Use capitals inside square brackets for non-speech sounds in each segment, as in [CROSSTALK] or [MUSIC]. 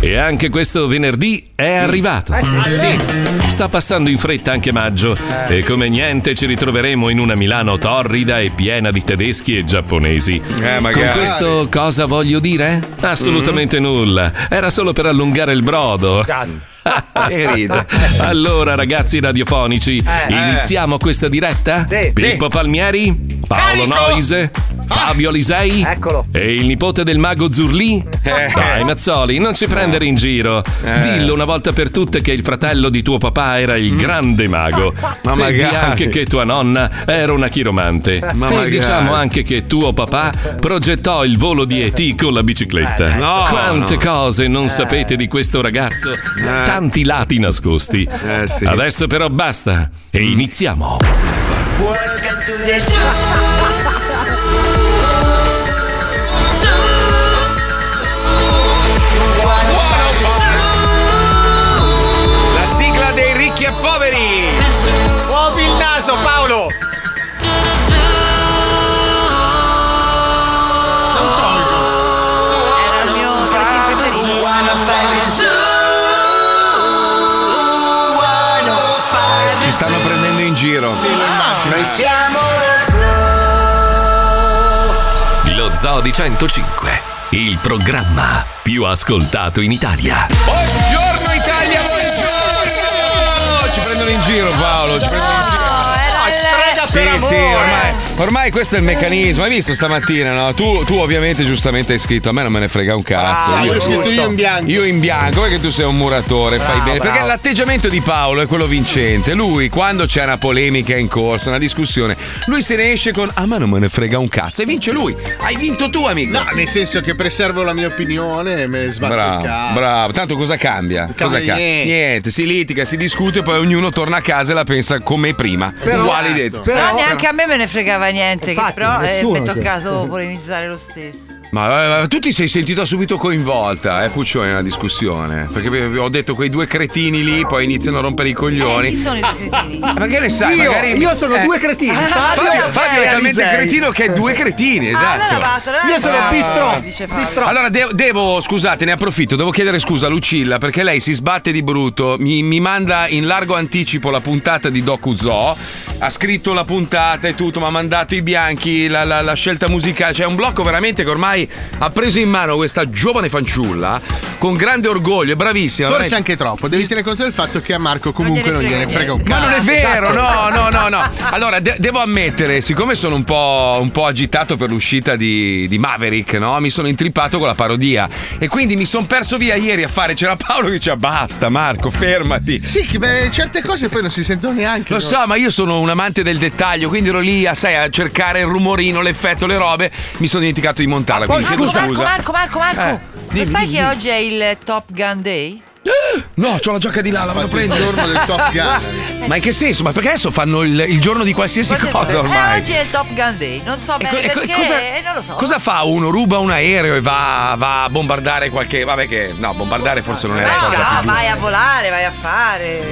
E anche questo venerdì è arrivato. Eh Sì. Sta passando in fretta anche maggio e come niente ci ritroveremo in una Milano torrida e piena di tedeschi e giapponesi. Con magari. questo cosa voglio dire? Assolutamente nulla. Era solo per allungare il brodo. [LAUGHS] Che ride. Allora ragazzi radiofonici, Eh. iniziamo questa diretta? Sì. Pippo Palmieri, Paolo Noise, Fabio Alisei e il nipote del mago Zurli? Dai Mazzoli, non ci prendere in giro. Dillo una volta per tutte che il fratello di tuo papà era il grande mago. Ma e magari. di anche che tua nonna era una chiromante. Ma e magari. diciamo anche che tuo papà progettò il volo di E.T. con la bicicletta. Eh, no. Quante No. Eh. cose non sapete di questo ragazzo? Tanti lati nascosti. Adesso però basta e iniziamo. Welcome to the show. La sigla dei ricchi e poveri. Muovi il naso, Paolo! Era il mio film preferito. Mm. Ci stanno prendendo in giro. Noi siamo lo Lo Zoo di 105, il programma più ascoltato in Italia. Buongiorno Italia, buongiorno. Ci prendono in giro Paolo, ci prendono in giro. strega Sì, sì, ormai, ormai questo è il meccanismo. Hai visto stamattina, no? Tu, tu ovviamente giustamente hai scritto, a me non me ne frega un cazzo. Ah, io ho scritto io in bianco. Io in bianco, perché tu sei un muratore, fai Bravo, bene. Perché bravo. l'atteggiamento di Paolo è quello vincente. Lui, quando c'è una polemica in corsa, una discussione, lui se ne esce con, a me non me ne frega un cazzo. E vince lui. Hai vinto tu, amico. No, nel senso che preservo la mia opinione e me ne sbatto il Bravo, cazzo. bravo. Tanto cosa cambia? cambia Cosa cambia? niente. Niente, si litiga, si discute, poi ognuno torna a casa e la pensa come prima. Però- certo. Uguali dentro. Però Eh? neanche a me me ne fregava niente, Infatti, che però eh, mi nessuno cioè. è che- toccato polemizzare lo stesso. Ma eh, tu ti sei sentita subito coinvolta, eh, Puccione, nella discussione. Perché vi- vi ho detto quei due cretini lì, poi iniziano a rompere i coglioni. Eh, Ah, Chi sono i tuoi cretini? Ma che ne sai? Io- magari... eh. Ah, io sono due cretini, Fabio Fabio, e Fabio è talmente Alisei. cretino che è due cretini, esatto. Ah, allora basta, allora Io sono basta, bistrò, dice Fabio. bistrò. Allora de- devo, scusate, ne approfitto, devo chiedere scusa a Lucilla perché lei si sbatte di brutto, mi, mi manda in largo anticipo la puntata di Doku Zoo, ha scritto la puntata e tutto, mi ha mandato i bianchi, la, la- la scelta musicale, cioè è un blocco veramente che ormai ha preso in mano questa giovane fanciulla con grande orgoglio, è bravissima. Forse veramente. anche troppo, devi tenere conto del fatto che a Marco comunque non gliene frega un Ma cazzo. non è vero, no, no, Esatto. no, no. Allora, de- devo ammettere, siccome sono un po', un po' agitato per l'uscita di, di Maverick, no? Mi sono intrippato con la parodia. E quindi mi sono perso via ieri a fare. C'era Paolo che diceva basta, Marco, fermati. Sì, che beh, certe cose poi non si sentono neanche. Lo so, ma io sono un amante del dettaglio, quindi ero lì a, sai, a cercare il rumorino, l'effetto, le robe. Mi sono dimenticato di montarla. Quindi Marco, chiedo Marco, scusa. Marco, Marco, Marco, Eh, dimmi, lo sai dimmi, che dimmi. oggi è il Top Gun Day? No, c'ho la giacca di là, la vado a prendere. giorno del Top Gun. Ma in che senso? Ma perché adesso fanno il, il giorno di qualsiasi Eh, cosa ormai? oggi è il Top Gun Day, non so bene e co- perché, cosa- eh, non lo so. Cosa fa uno? Ruba un aereo e va, va a bombardare qualche. Vabbè, che. No, bombardare forse non è la cosa più No, giusta. vai a volare, vai a fare.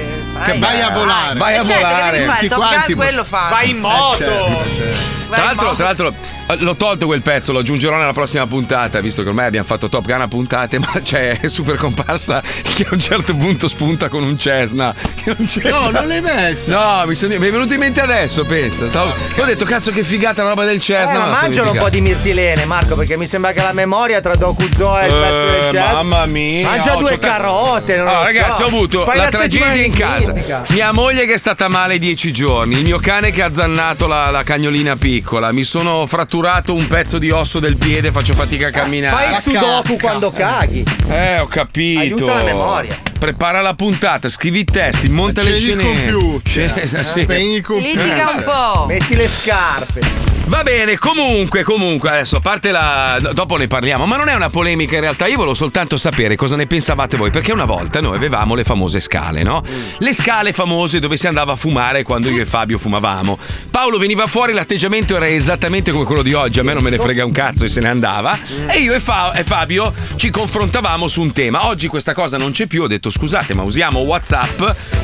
Che vai a volare. Vai a Eh, certo, Che volare. devi fare? Il Tutti Top quanti Gun quello certo, posso- fa. Vai in moto. Eh, Tra Vai, l'altro, tra l'altro, eh, l'ho tolto quel pezzo, lo aggiungerò nella prossima puntata, visto che ormai abbiamo fatto Top Gun a puntate, [LAUGHS] ma c'è super comparsa che a un certo punto spunta con un Cessna. Che non c'è No, non l'hai messa. No, mi, sono- mi è venuto in mente adesso, pensa. Stavo- ho detto, cazzo, che figata la roba del Cessna. Ah, Eh, me ma Eh, la sono mangiano un po' di mirtilene, Marco, perché mi sembra che la memoria tra Dokuzo e il pezzo Eh, del chef. mamma mia. Mangia ho due soltanto- carote, non Allora, lo so. ragazzi, ho avuto Fai la, settimana tragedia in casa. enigmistica. Mia moglie che è stata male dieci giorni, il mio cane che ha zannato la, la cagnolina piccola, mi sono fratturato un pezzo di osso del piede, faccio fatica a camminare. Eh, Fai il sudoku quando caghi. Ah, Eh, ho capito. Aiuta la memoria. Prepara la puntata, scrivi i testi, monta le Accendi il scene. computer. Sì, [LAUGHS] sì. Spegni il computer. Litiga un po'. Eh, Metti le scarpe. Va bene, comunque, comunque, adesso a parte la. no, Dopo ne parliamo, ma non è una polemica in realtà. Io volevo soltanto sapere cosa ne pensavate voi, perché una volta noi avevamo le famose scale, no? Le scale famose dove si andava a fumare quando io e Fabio fumavamo. Paolo veniva fuori, l'atteggiamento era esattamente come quello di oggi, a me non me ne frega un cazzo e se ne andava. E io e, Fa- e Fabio ci confrontavamo su un tema. Oggi questa cosa non c'è più, ho detto detto scusate ma usiamo Whatsapp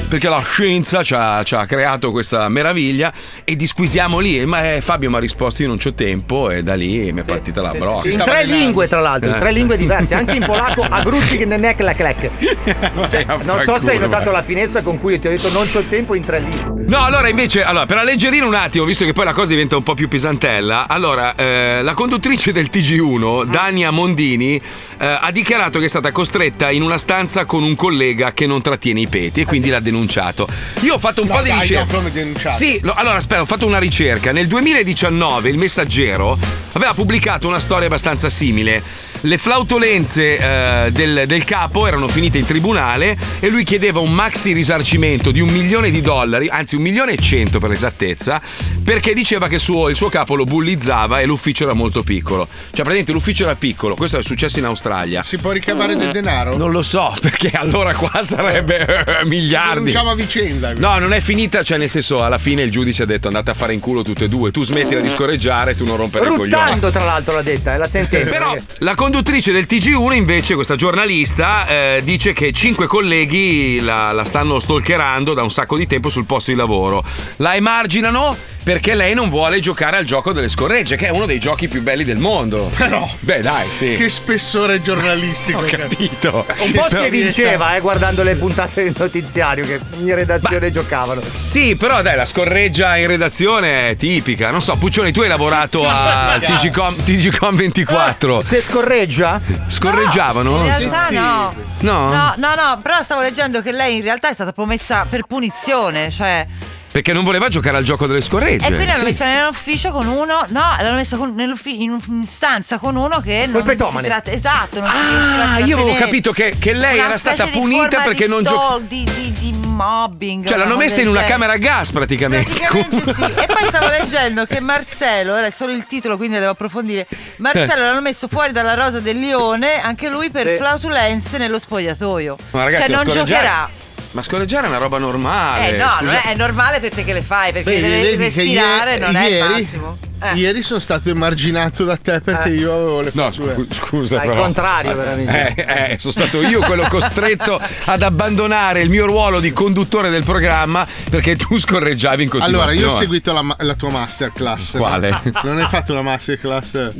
perché la scienza ci ha, ci ha creato questa meraviglia e disquisiamo lì. E ma- eh, Fabio mi ha risposto io non c'ho tempo e da lì mi è partita la brocca. [LAUGHS] In tre lingue, tra l'altro, in Eh. tre lingue diverse, anche [LAUGHS] in polacco a gruzzic ne nek la clack. Non so se hai vaffanculo, notato guarda. la finezza con cui io ti ho detto non c'ho tempo in tre lingue. No, allora invece, allora, per alleggerire un attimo, visto che poi la cosa diventa un po' più pesantella, allora eh, la conduttrice del Mm. TG1, Dania Mondini, eh, ha dichiarato che è stata costretta in una stanza con un collega che non trattiene i peti e quindi l'ha denunciato. Io ho fatto un Ah, No, po' di dai, ricerca. no, come denunciato? Sì, lo- allora aspetta, ho fatto una ricerca. Nel 2019 il Messaggero aveva pubblicato una storia abbastanza simile. Le flautolenze eh, del, del capo erano finite in tribunale e lui chiedeva un maxi risarcimento di un milione di dollari, anzi un milione e cento per l'esattezza, perché diceva che suo- il suo capo lo bullizzava e l'ufficio era molto piccolo. Cioè, praticamente l'ufficio era piccolo, questo è successo in Australia. Si può ricavare del denaro? Non lo so, perché allora qua sarebbe eh, miliardi. Denunciamo a vicenda. No, non è finita, cioè nel senso alla fine il giudice ha detto andate a fare in culo tutte e due, tu smettila di scorreggiare, tu non rompere il coglione. Eh, Ruttando, tra l'altro, l'ha detta, è la sentenza. Però perché- la conduttrice del TG1 invece, questa giornalista, eh, dice che cinque colleghi la, la stanno stalkerando da un sacco di tempo sul posto di lavoro. La emarginano perché lei non vuole giocare al gioco delle scorregge, che è uno dei giochi più belli del mondo. Però- Beh dai, sì. Che spessore giornalistico. Ho [LAUGHS] capito. Un po' si vinceva, eh, guardando le puntate del notiziario che in redazione giocavano. Sì, però dai, la scorreggia in redazione è tipica. Non so, Puccioni, tu hai lavorato al TGcom, TGcom 24. Eh, Se scorreggia? Scorreggiavano? In Non so. realtà no. No? No, no, no, però stavo leggendo che lei in realtà è stata promessa per punizione, cioè Perché non voleva giocare al gioco delle scorregge. e quindi l'hanno Sì. messa nell'ufficio con uno, no, l'hanno messa con- nell'uffi- in un- in stanza con uno che non petomane. si tratta, esatto, non si riusciva Ah, a io avevo trattenere. capito che, che lei Una era stata specie di punita forma perché di non stalk, giocava. di, di, di mobbing. Cioè, l'hanno cosa messa in del una genere. camera a gas praticamente. Praticamente sì. E [LAUGHS] poi stavo leggendo che Marcello, era solo il titolo, quindi devo approfondire. Marcello l'hanno messo fuori dalla rosa del Lione, anche lui per Eh. Sì. flautulenze nello spogliatoio. Ma ragazzi, cioè, non scorreggiare- giocherà. Ma scorreggiare è una roba normale. Eh no, Scusa- non è, è normale per te che le fai, perché Vedi, devi vedi che respirare, ie- non è il ieri- massimo. Ieri sono stato emarginato da te perché Eh. io avevo le No, fatture. scu- scusa. Certo, Ah, però. Eh, eh, sono stato io io quello costretto ad abbandonare il mio ruolo di conduttore del programma perché tu scorreggiavi in Ecco, continuazione. Allora, io ho seguito la, ma- la tua masterclass. Quale? no? [LAUGHS] Non hai fatto una masterclass.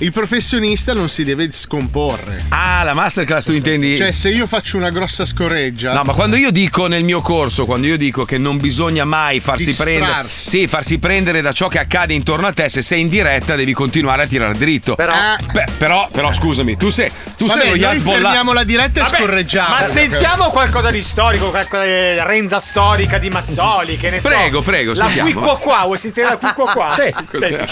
Il professionista non si deve scomporre. Ah, la masterclass tu intendi? Cioè, se io faccio una grossa scorreggia. No, ma quando io dico nel mio corso, quando io dico che non bisogna mai farsi Distrarsi. prendere, sì, farsi prendere da ciò che accade intorno a te, se sei in diretta devi continuare a tirare dritto. Però, però, però scusami, tu sei, tu Vabbè, sei lo noi Hezbollah. fermiamo la diretta e scorreggiamo. Ma sentiamo qualcosa di storico, qualcosa di renza storica di Mazzoli, che ne so. Prego, prego, La sentiamo. qui qua, vuoi sentire la qui qua qua? Sì, cos'è?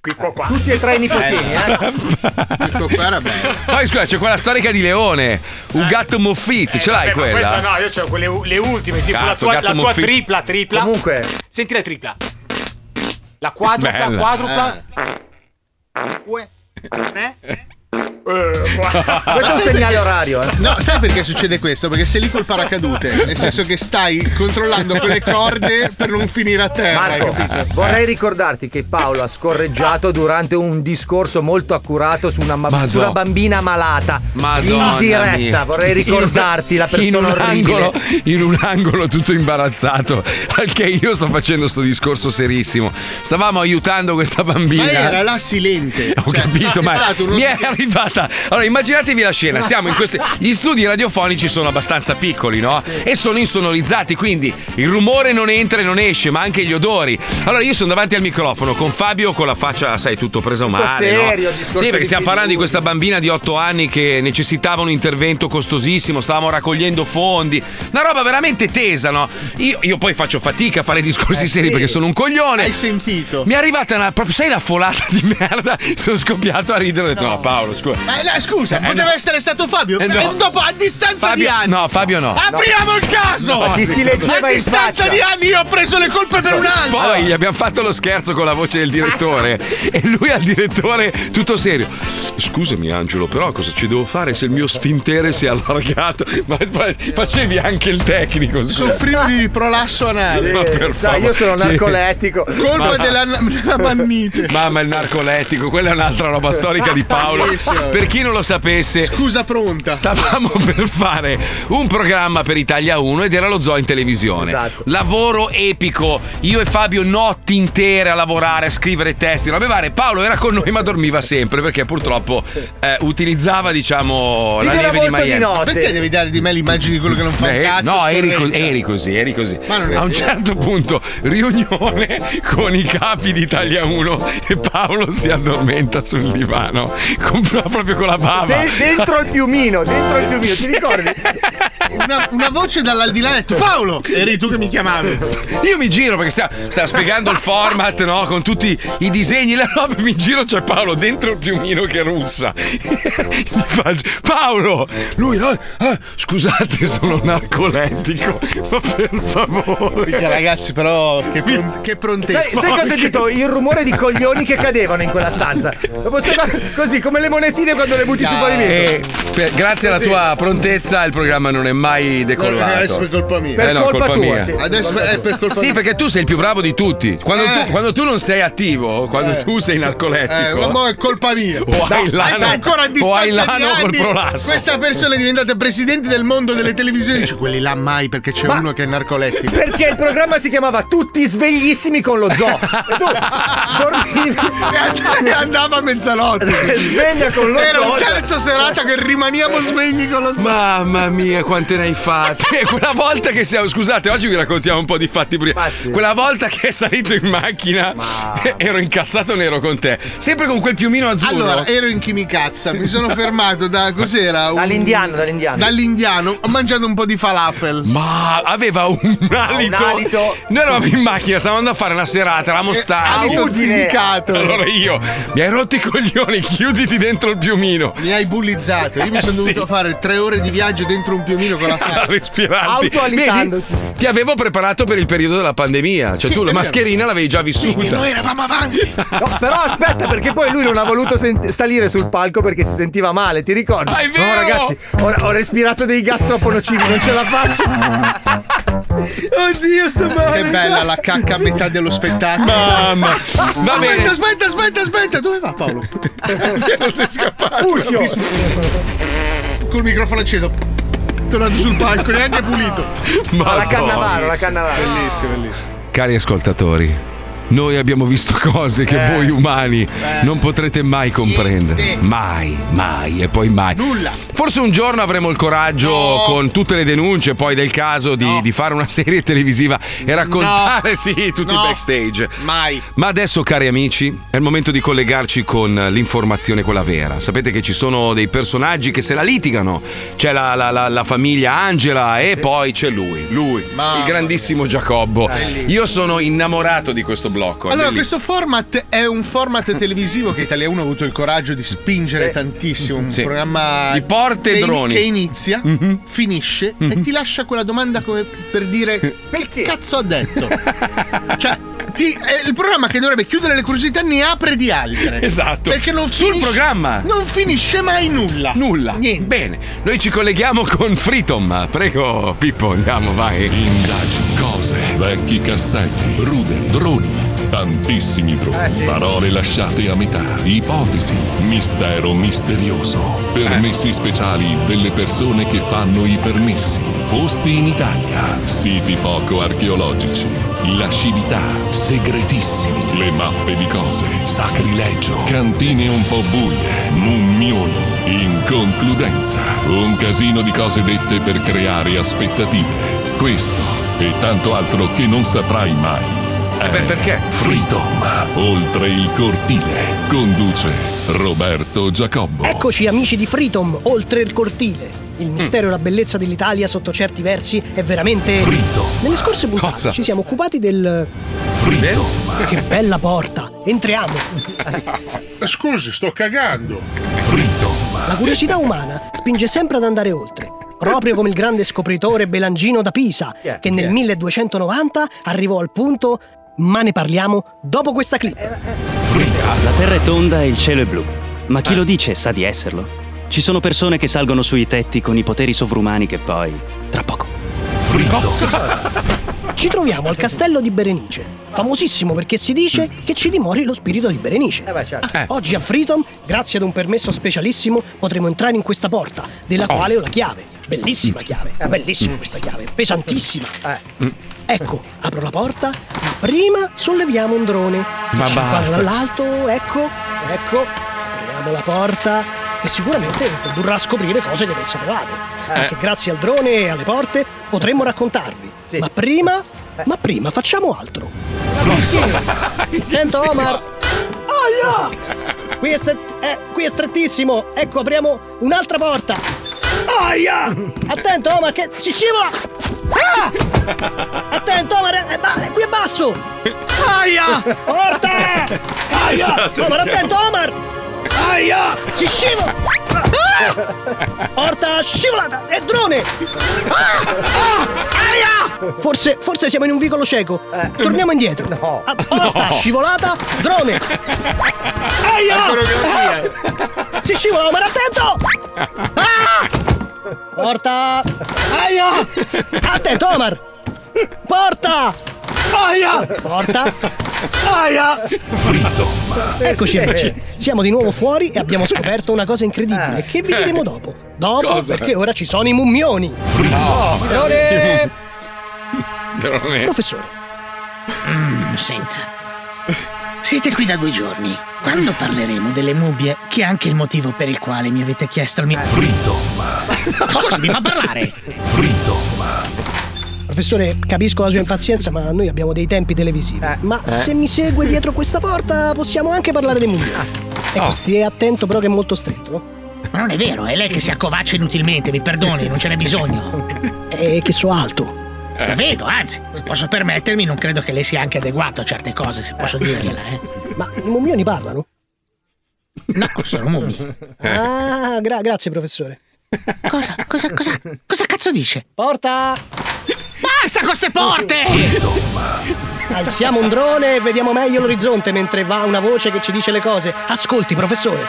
Qui qua qua. Tutti e tre i nipotini, eh. Poi scusa, c'è quella storica di Leone, un gatto moffit, ce l'hai Eh. Vabbè, ma quella? Questa no, io ho quelle u- le ultime, tipo Cazzo, la gatto tua, la tua Moffi- tripla, tripla. Comunque- Senti la tripla. La quadrupla, Bella. quadrupla. Due, tre. Eh, qua. Ma sai perché- eh. No, sai perché succede questo? Perché sei lì col paracadute, nel senso che stai controllando quelle corde per non finire a terra. Eh, hai Marco, capito? Eh. vorrei ricordarti che Paolo ha scorreggiato durante un discorso molto accurato su una, ma- Madonna. su una bambina malata Madonna in diretta. mia. Vorrei ricordarti la persona in un orribile. angolo, in un angolo tutto imbarazzato perché io sto facendo sto discorso serissimo stavamo aiutando questa bambina Ma era la silente. ho capito, Cioè, è ma stato uno mi è arrivata. Allora, immaginatevi la scena: siamo in questi. Gli studi radiofonici sono abbastanza piccoli, no? E sono insonorizzati, quindi il rumore non entra e non esce, ma anche gli odori. Allora, io sono davanti al microfono con Fabio con la faccia, sai, tutto preso Tutto male. serio, no? discorso Sì, perché di stiamo parlando di questa bambina di 8 anni che necessitava un intervento costosissimo, stavamo raccogliendo fondi. Una roba veramente tesa, no? Io, io poi faccio fatica a fare discorsi Eh, seri sì. perché sono un coglione. Hai sentito? Mi è arrivata una. Proprio, sai la folata di merda? [LAUGHS] Sono scoppiato a ridere. Ho detto, no, Paolo, scusa. Ma no, scusa, Eh, poteva no. essere stato Fabio. Eh, no. E dopo, a distanza Fabio- di anni. no, Fabio no. Apriamo il caso! No, ti si leggeva A in distanza faccia. di anni io ho preso le colpe per un altro. Poi gli abbiamo fatto lo scherzo con la voce del [LAUGHS] direttore e lui al direttore tutto serio. Scusami Angelo, però cosa ci devo fare se il mio sfintere si è allargato? [LAUGHS] Ma poi facevi anche il tecnico. scusa. Soffrivo di prolasso anale. Ma per favore. Sì. Colpa Ma- della, della mannite. [LAUGHS] Mamma il narcolettico, quella è un'altra roba storica di Paolo. Bellissimo. Per chi non lo lo sapesse. Scusa pronta. Stavamo [LAUGHS] per fare un programma per Italia 1 ed era lo zoo in televisione. Esatto. Lavoro epico. Io e Fabio notti intere a lavorare, a scrivere testi, robe varie. Paolo era con noi ma dormiva sempre perché purtroppo eh, utilizzava, diciamo, la neve di Miami. Ma Perché devi dare di me l'immagine di quello che non fa Eh, un cazzo? no, eri, co- scorretta? eri così, eri così. Ma non è a un vero. certo punto, riunione con i capi di Italia 1 e Paolo si addormenta sul divano, con- proprio con la bava. De- dentro il piumino, dentro il piumino, ti ricordi? Una, una voce dall'aldilà ha detto Paolo, eri tu che mi chiamavi. Io mi giro perché sta, sta spiegando il format, no? Con tutti i disegni, la roba. Mi giro, c'è Paolo dentro il piumino che russa. Gli faccio, Paolo! Lui, "Ah, ah, scusate, sono Ecco, narcoletico, [LAUGHS] ma per favore. Minchia, ragazzi, però, che, pron- che prontezza. Sai, sai cosa ho sentito? Il rumore di coglioni che cadevano in quella stanza. Lo sembrava così, come le monetine quando le butti sul pavimento. Eh, per- grazie alla Così. tua prontezza il programma non è mai decollato. Adesso è per colpa mia. Eh no, colpa mia. Adesso è per colpa Sì, mia. perché tu sei il più bravo di tutti. Quando, Eh. tu, quando tu non sei attivo, quando Eh. tu sei Eh, ma narcoletico. mo è colpa mia. O hai Lano- adesso ancora a o distanza hai di Lano col anni, Prolasso. Questa persona è diventata presidente del mondo delle televisioni. Dice quelli là mai perché c'è uno che è narcolettico. Perché il programma si chiamava Tutti sveglissimi con lo zoo. E tu dormivi. E andava a [LAUGHS] mezzanotte. Sveglia con lo Era zoo. un terza serata che rimaniamo svegli con lo zoo. Mamma mia, quante ne hai [LAUGHS] fatte! Quella volta che siamo. Scusate, oggi vi raccontiamo un po' di fatti bri- Quella volta che è salito in macchina, [LAUGHS] ero incazzato nero con te. Sempre con quel piumino azzurro. Allora, ero in chimicazza, mi sono fermato da cos'era? Un- Dall'indiano, dall'indiano. Dall'indiano, ho mangiato un po' di falafel. Ma aveva [LAUGHS] un alito. alito. Noi eravamo in macchina, stavamo andando a fare una serata, eravamo stanchi. Eh, Alito Udine. zincato. Allora io mi hai rotto i coglioni, chiuditi dentro il piumino. Mi hai bullizzato, Eh, io mi sono Sì. dovuto fare tre ore di viaggio dentro un piumino [LAUGHS] con la Alla [LAUGHS] faccia. respirante. Autoalitandosi. Vedi, Ti avevo preparato per il periodo della pandemia. Cioè, Sì, tu è la vero. mascherina l'avevi già vissuta. eravamo avanti. [LAUGHS] No, però aspetta, perché poi lui non ha voluto sen- salire sul palco perché si sentiva male, ti ricordi? Ah, è vero! No, ragazzi, ho, ho respirato dei gas troppo nocivi, non [LAUGHS] ce la faccio. [LAUGHS] Oddio, sto male. Che bella la cacca a metà dello spettacolo. Mamma. Va Aspetta, bene. aspetta, aspetta, aspetta, dove va Paolo? [LAUGHS] Non sei scappato. Muschio. Col microfono acceso. Tornato sul palco, neanche pulito. Ah, La Madonna. cannavaro, la cannavaro. Bellissimo, bellissimo. Cari ascoltatori, noi abbiamo visto cose che voi umani non potrete mai comprendere. Eh. Niente. Mai, mai e poi mai. Nulla. Forse un giorno avremo il coraggio, No. con tutte le denunce poi del caso, di, di fare una serie televisiva e raccontare, [LAUGHS] No. sì, tutti No. i backstage. Mai. Ma adesso, cari amici, è il momento di collegarci con l'informazione, quella vera. Sapete che ci sono dei personaggi che se la litigano. C'è la, la- la- la famiglia Angela e poi c'è lui, lui, Mamma il grandissimo Giacobbo. Bellissimo. Io sono innamorato di questo blocco. è Allora, bellissimo. questo format è un format televisivo che Italia 1 ha avuto il coraggio di spingere tantissimo. Un Sì. programma Di porte e che, droni. Mhm. che inizia, finisce e ti lascia quella domanda come per dire: Perché? Cazzo ha [LAUGHS] detto? cioè, ti- è il programma che dovrebbe chiudere le curiosità ne apre di altre. [LAUGHS] Esatto. Perché non Sul finisce, programma. Non finisce mai nulla. Nulla. Niente. Bene, noi ci colleghiamo con Fritom. Prego, Pippo, andiamo, vai. Indagini, cose, vecchi castelli, ruderi, droni, tantissimi droni, parole lasciate a metà, ipotesi, mistero misterioso, permessi speciali delle persone che fanno i permessi, posti in Italia, siti poco archeologici, lascività, segretissimi, le mappe di cose, sacrilegio, cantine un po' buie, mummioni. In concludenza, un casino di cose dette per creare aspettative. Questo e tanto altro che non saprai mai. È Eh, beh, perché? Freedom, oltre il cortile, conduce Roberto Giacobbo. Eccoci amici di Freedom, oltre il cortile. Il mistero e la bellezza dell'Italia sotto certi versi è veramente... Freedom. Nelle scorse puntate Cosa? ci siamo occupati del... Freedom. Che bella porta! Entriamo! Eh, Scusi, sto cagando. Freedom. La curiosità umana spinge sempre ad andare oltre. Proprio come il grande scopritore Belangino da Pisa, che nel 1290 arrivò al punto... Ma ne parliamo dopo questa clip. La Freedom. terra è tonda e il cielo è blu, ma chi lo dice sa di esserlo. Ci sono persone che salgono sui tetti con i poteri sovrumani che poi, tra poco, Freedom. Ci troviamo al castello di Berenice, famosissimo perché si dice che ci dimori lo spirito di Berenice. Oggi a Freedom, grazie ad un permesso specialissimo, potremo entrare in questa porta, della Oh. quale ho la chiave. Mm. Bellissima chiave, bellissima Eh. questa chiave, pesantissima. Ecco, apro la porta. Prima solleviamo un drone. Ma Ci basta. guarda dall'alto, ecco, ecco. Apriamo la porta. E sicuramente condurrà a scoprire cose che non sapevate. Eh. Perché grazie al drone e alle porte potremmo raccontarvi. Ma prima. Ma prima facciamo altro. Sento Omar! Oh Qui è, stret- eh, qui è strettissimo! Ecco, apriamo un'altra porta! Aia! Attento, Omar, che si scivola! Ah! Attento, Omar, è ba- è qui è basso! Aia! Porta! Aia! Esatto. Omar, attento, Omar! Aia! Si scivola! Ah! Porta scivolata! È drone! Ah! Ah! Aia! Forse, forse siamo in un vicolo cieco. Torniamo indietro. Eh. No. porta No. scivolata, drone! oh! Aia! [LAUGHS] Ah! Si scivola, Omar, attento! [LAUGHS] Ah! Porta! Aia! Ah, oh! Attento, Omar! Porta! Aia! oh! Porta! Aia! Eh. Eccoci, amici. Siamo di nuovo fuori e [LAUGHS] abbiamo scoperto una cosa Ah. incredibile che vi diremo dopo. Dopo, Cosa? perché ora ci sono i mummioni. Oh. Oh, No. [LAUGHS] Drone! Drone. Professore. Mm, senta. Siete qui da due giorni. Quando parleremo delle mubbie, che è anche il motivo per il quale mi avete chiesto il mio. Freedom! Scusa, mi fa parlare! Professore, capisco la sua impazienza, ma noi abbiamo dei tempi televisivi. Ma Eh. se mi segue dietro questa porta, possiamo anche parlare dei Ah. mummioni. Ecco, Oh. stia attento, però, che è molto stretto. Ma non è vero, è lei che si accovaccia inutilmente, mi perdoni, non ce n'è bisogno. eh, E che so alto. Lo vedo, anzi, se posso permettermi, non credo che lei sia anche adeguato a certe cose, se posso dirgliela, eh. Ma i mummioni parlano? No, sono mummie. Ah, gra- grazie, professore. Cosa, cosa, cosa, cosa cazzo dice? Porta! Basta con ste porte! Alziamo un drone e vediamo meglio l'orizzonte mentre va una voce che ci dice le cose. Ascolti, professore.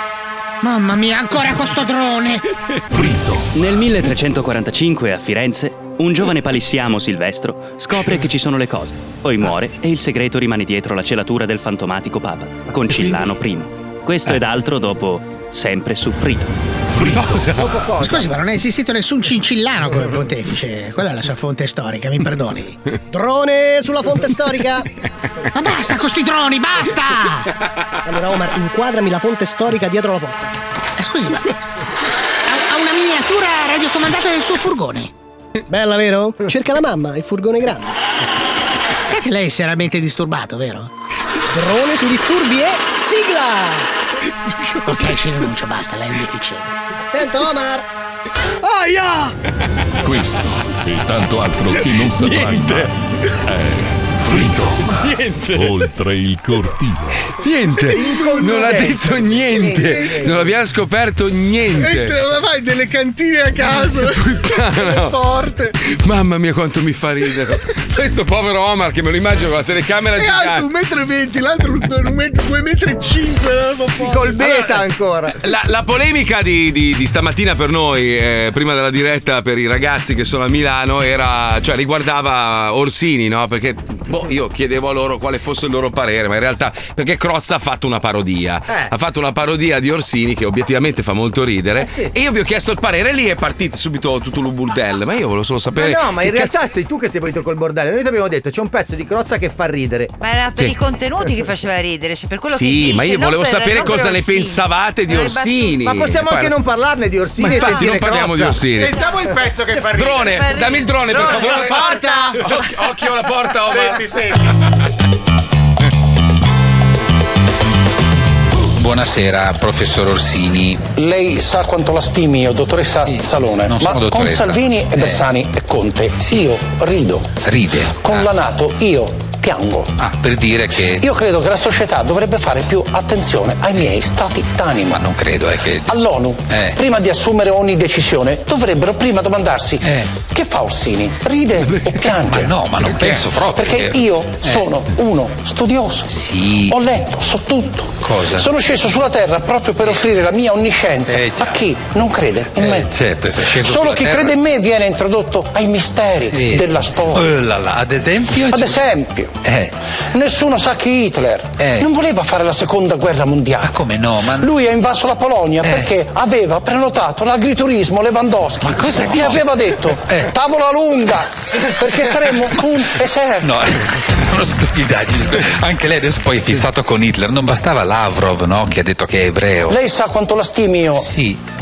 Mamma mia, ancora questo drone! Nel 1345 a Firenze, un giovane palissiamo Silvestro scopre che ci sono le cose, poi muore e il segreto rimane dietro la celatura del fantomatico Papa, Concillano I. Questo ed altro dopo, sempre su Frito. Scusi, ma non è esistito nessun cincillano come pontefice. Quella è la sua fonte storica, mi perdoni. Drone sulla fonte storica. Ma basta Ah, con sti droni, basta! Eh, Allora, Omar, inquadrami la fonte storica dietro la porta. Scusi, ma. Ha, ha una miniatura radiocomandata del suo furgone. Bella, vero? Cerca la mamma, il furgone grande. Sai che lei è seriamente disturbato, vero? Drone su disturbi e sigla! eh? Ok, ci rinuncio, basta, lei è inefficiente. Attento, Omar! Aia! Questo e tanto altro che non saprai mai è Freedom. Oltre il cortile. Niente, non ha detto niente, non abbiamo scoperto E te niente. la vai delle cantine a caso. Puttana. Forte. Mamma mia, quanto mi fa ridere. Questo povero Omar che me lo immagino con la telecamera E alto gigante. 1,20 m, l'altro 2,5 m. Col beta ancora. La, la polemica di, di- di stamattina per noi, eh, prima della diretta per i ragazzi che sono a Milano, era, cioè, riguardava Orsini, no? Perché boh, io chiedevo a loro quale fosse il loro parere, ma in realtà perché Crozza ha fatto una parodia. Eh. Ha fatto una parodia di Orsini che obiettivamente fa molto Eh, ridere. sì. E io vi ho chiesto il parere, lì è partito subito tutto l'uburdel, ma io volevo solo Ma sapere. no, ma in che cazzo- realtà sei tu che sei venuto col bordello. Noi ti abbiamo detto c'è un pezzo di crozza che fa ridere. Ma era per Sì. i contenuti che faceva ridere, cioè per quello che Sì, dice, ma io non volevo per- sapere non per cosa ne Orsini. pensavate di Non le Orsini. Ma possiamo anche Guarda- non parlarne di Orsini Ma e infatti sentire non parliamo Crozza. di Orsini. Sentiamo il pezzo che fa ridere. Drone, dammi il drone, per Drone, favore. la porta! Occhio, occhio alla porta, Omar. Senti, senti. Buonasera, professor Orsini. Lei sa quanto la stimi io, dottoressa Salone. non ma sono con Eh. dottoressa. Salvini e Eh. Bersani e Conte io rido. Ride. Con la Nato io piango. Ah, per dire che. Io credo che la società dovrebbe fare più attenzione ai miei stati d'animo. Ma non credo, eh, che. All'ONU, Eh. prima di assumere ogni decisione, dovrebbero prima domandarsi che fa Orsini? [LAUGHS] Ride o piange? no, Eh. ma non penso proprio Perché che- io Eh. sono uno studioso. Sì. Ho letto, so tutto. Cosa? Sono sceso sulla terra proprio per offrire la mia onniscienza Eh, già. a chi non crede in me. Certo, sei sceso Solo sulla chi terra. crede in me viene introdotto ai misteri Sì. della storia. Oh là là, ad esempio. Eh. Ad esempio, nessuno sa che Hitler non voleva fare la seconda guerra mondiale. Ma come no? Lui ha invaso la Polonia Eh. perché aveva prenotato l'agriturismo Lewandowski. Ma cosa Gli [LAUGHS] aveva detto Eh. tavola lunga perché saremmo un esercito. No, [LAUGHS] sono stupidaggini. scusa. Anche lei adesso poi è fissato con Hitler. Non bastava Lavrov, no? Che ha detto che è ebreo. Lei sa quanto la stimi io,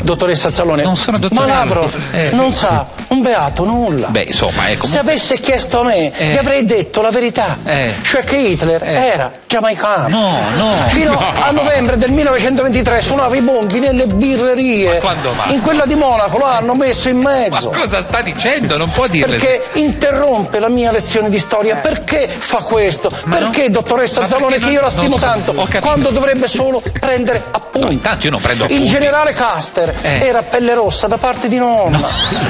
dottoressa Zalone. Non sono Ma Lavrov non sa un beato nulla. Eh. Beh, insomma, ecco. Se avesse chiesto a me, Eh. gli avrei detto la verità, cioè che Hitler era giamaicano. No, no. Fino No. a novembre del 1923 suonava i bonghi nelle birrerie. quando mai? In quella di Monaco lo hanno messo in Ma mezzo. cosa sta dicendo? Non può dirle. Perché interrompe la mia lezione di storia? Perché fa questo? perché, dottoressa Eh. Ma Zalone, perché che io la non- stimo non so- tanto, ho capito. quando dovrebbe solo prendere appunti? No, intanto io non prendo Il appunti. generale Caster Eh. era pelle rossa da parte di nonna.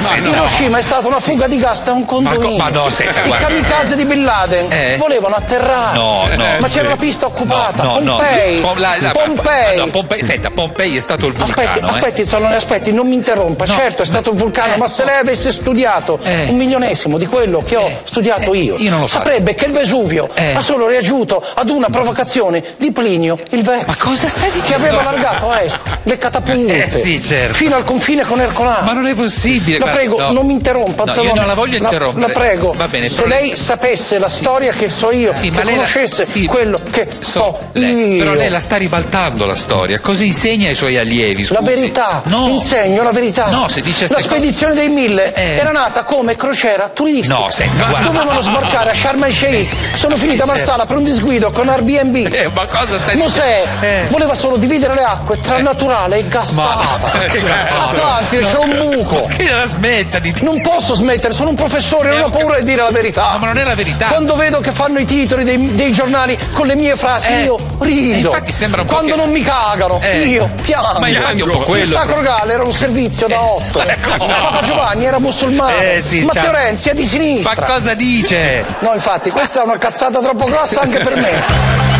sì, no. Hiroshima è stata una fuga di gas da un condominio. ma no, senta, I guarda. kamikaze di Bin Laden Eh. volevano atterrare. No, no, ma sì. c'era una pista occupata. No, no. Pompei. Po- la- la- Pompei. no, Pompei- Senta, Pompei è stato il vulcano. Aspetti, eh. aspetti, Zalone, aspetti, non mi interrompa. certo, è stato un vulcano, ma Ecco. se lei avesse studiato un milionesimo di quello che ho studiato io, Eh. io non l'ho fatto. saprebbe che il Vesuvio Eh. ha solo reagito ad una provocazione di Plinio il Vecchio. Ma cosa stai dicendo? Che aveva allargato a est le catapulte Eh, sì, certo. fino al confine con Ercolano. Ma non è possibile. La guarda, prego, no. non mi interrompa, No, io Zalone. non la voglio interrompere. La prego, Va bene, se però lei- lei sapesse la storia che so io, ma che lei la- conoscesse quello che so io. Però lei la sta ribaltando la storia. Cosa insegna ai suoi allievi? La scusi? verità, insegno la verità. No, se dice la ste cose- spedizione dei mille Eh. era nata come crociera turistica. No, senta, guarda. Dovevano sbarcare a Sharm el Sheikh. Sono finita a certo. Marsala per un disguido con Airbnb. Eh, ma cosa stai Mosè dicendo? Eh. voleva solo dividere le acque tra naturale e gassata. Ma- [LAUGHS] Che gassata? Atlantide c'è un buco. Che la smetta di Eh, Non posso smettere, sono un professore, non ho paura di dire la verità. ma non è la verità. Quando vedo che fanno i titoli dei, dei giornali con le mie frasi, Eh. Ah, io rido. Eh, infatti sembra un po' Quando che- non mi cagano, Eh. io piango. Ma infatti è un po' quello. Il Sacro Gale era un servizio da otto. ecco, [LAUGHS] no. Papa Giovanni era musulmano. Eh, sì, Matteo ciao. Renzi è di sinistra. Ma cosa dice? No, infatti, questa è una cazzata troppo grossa anche per me.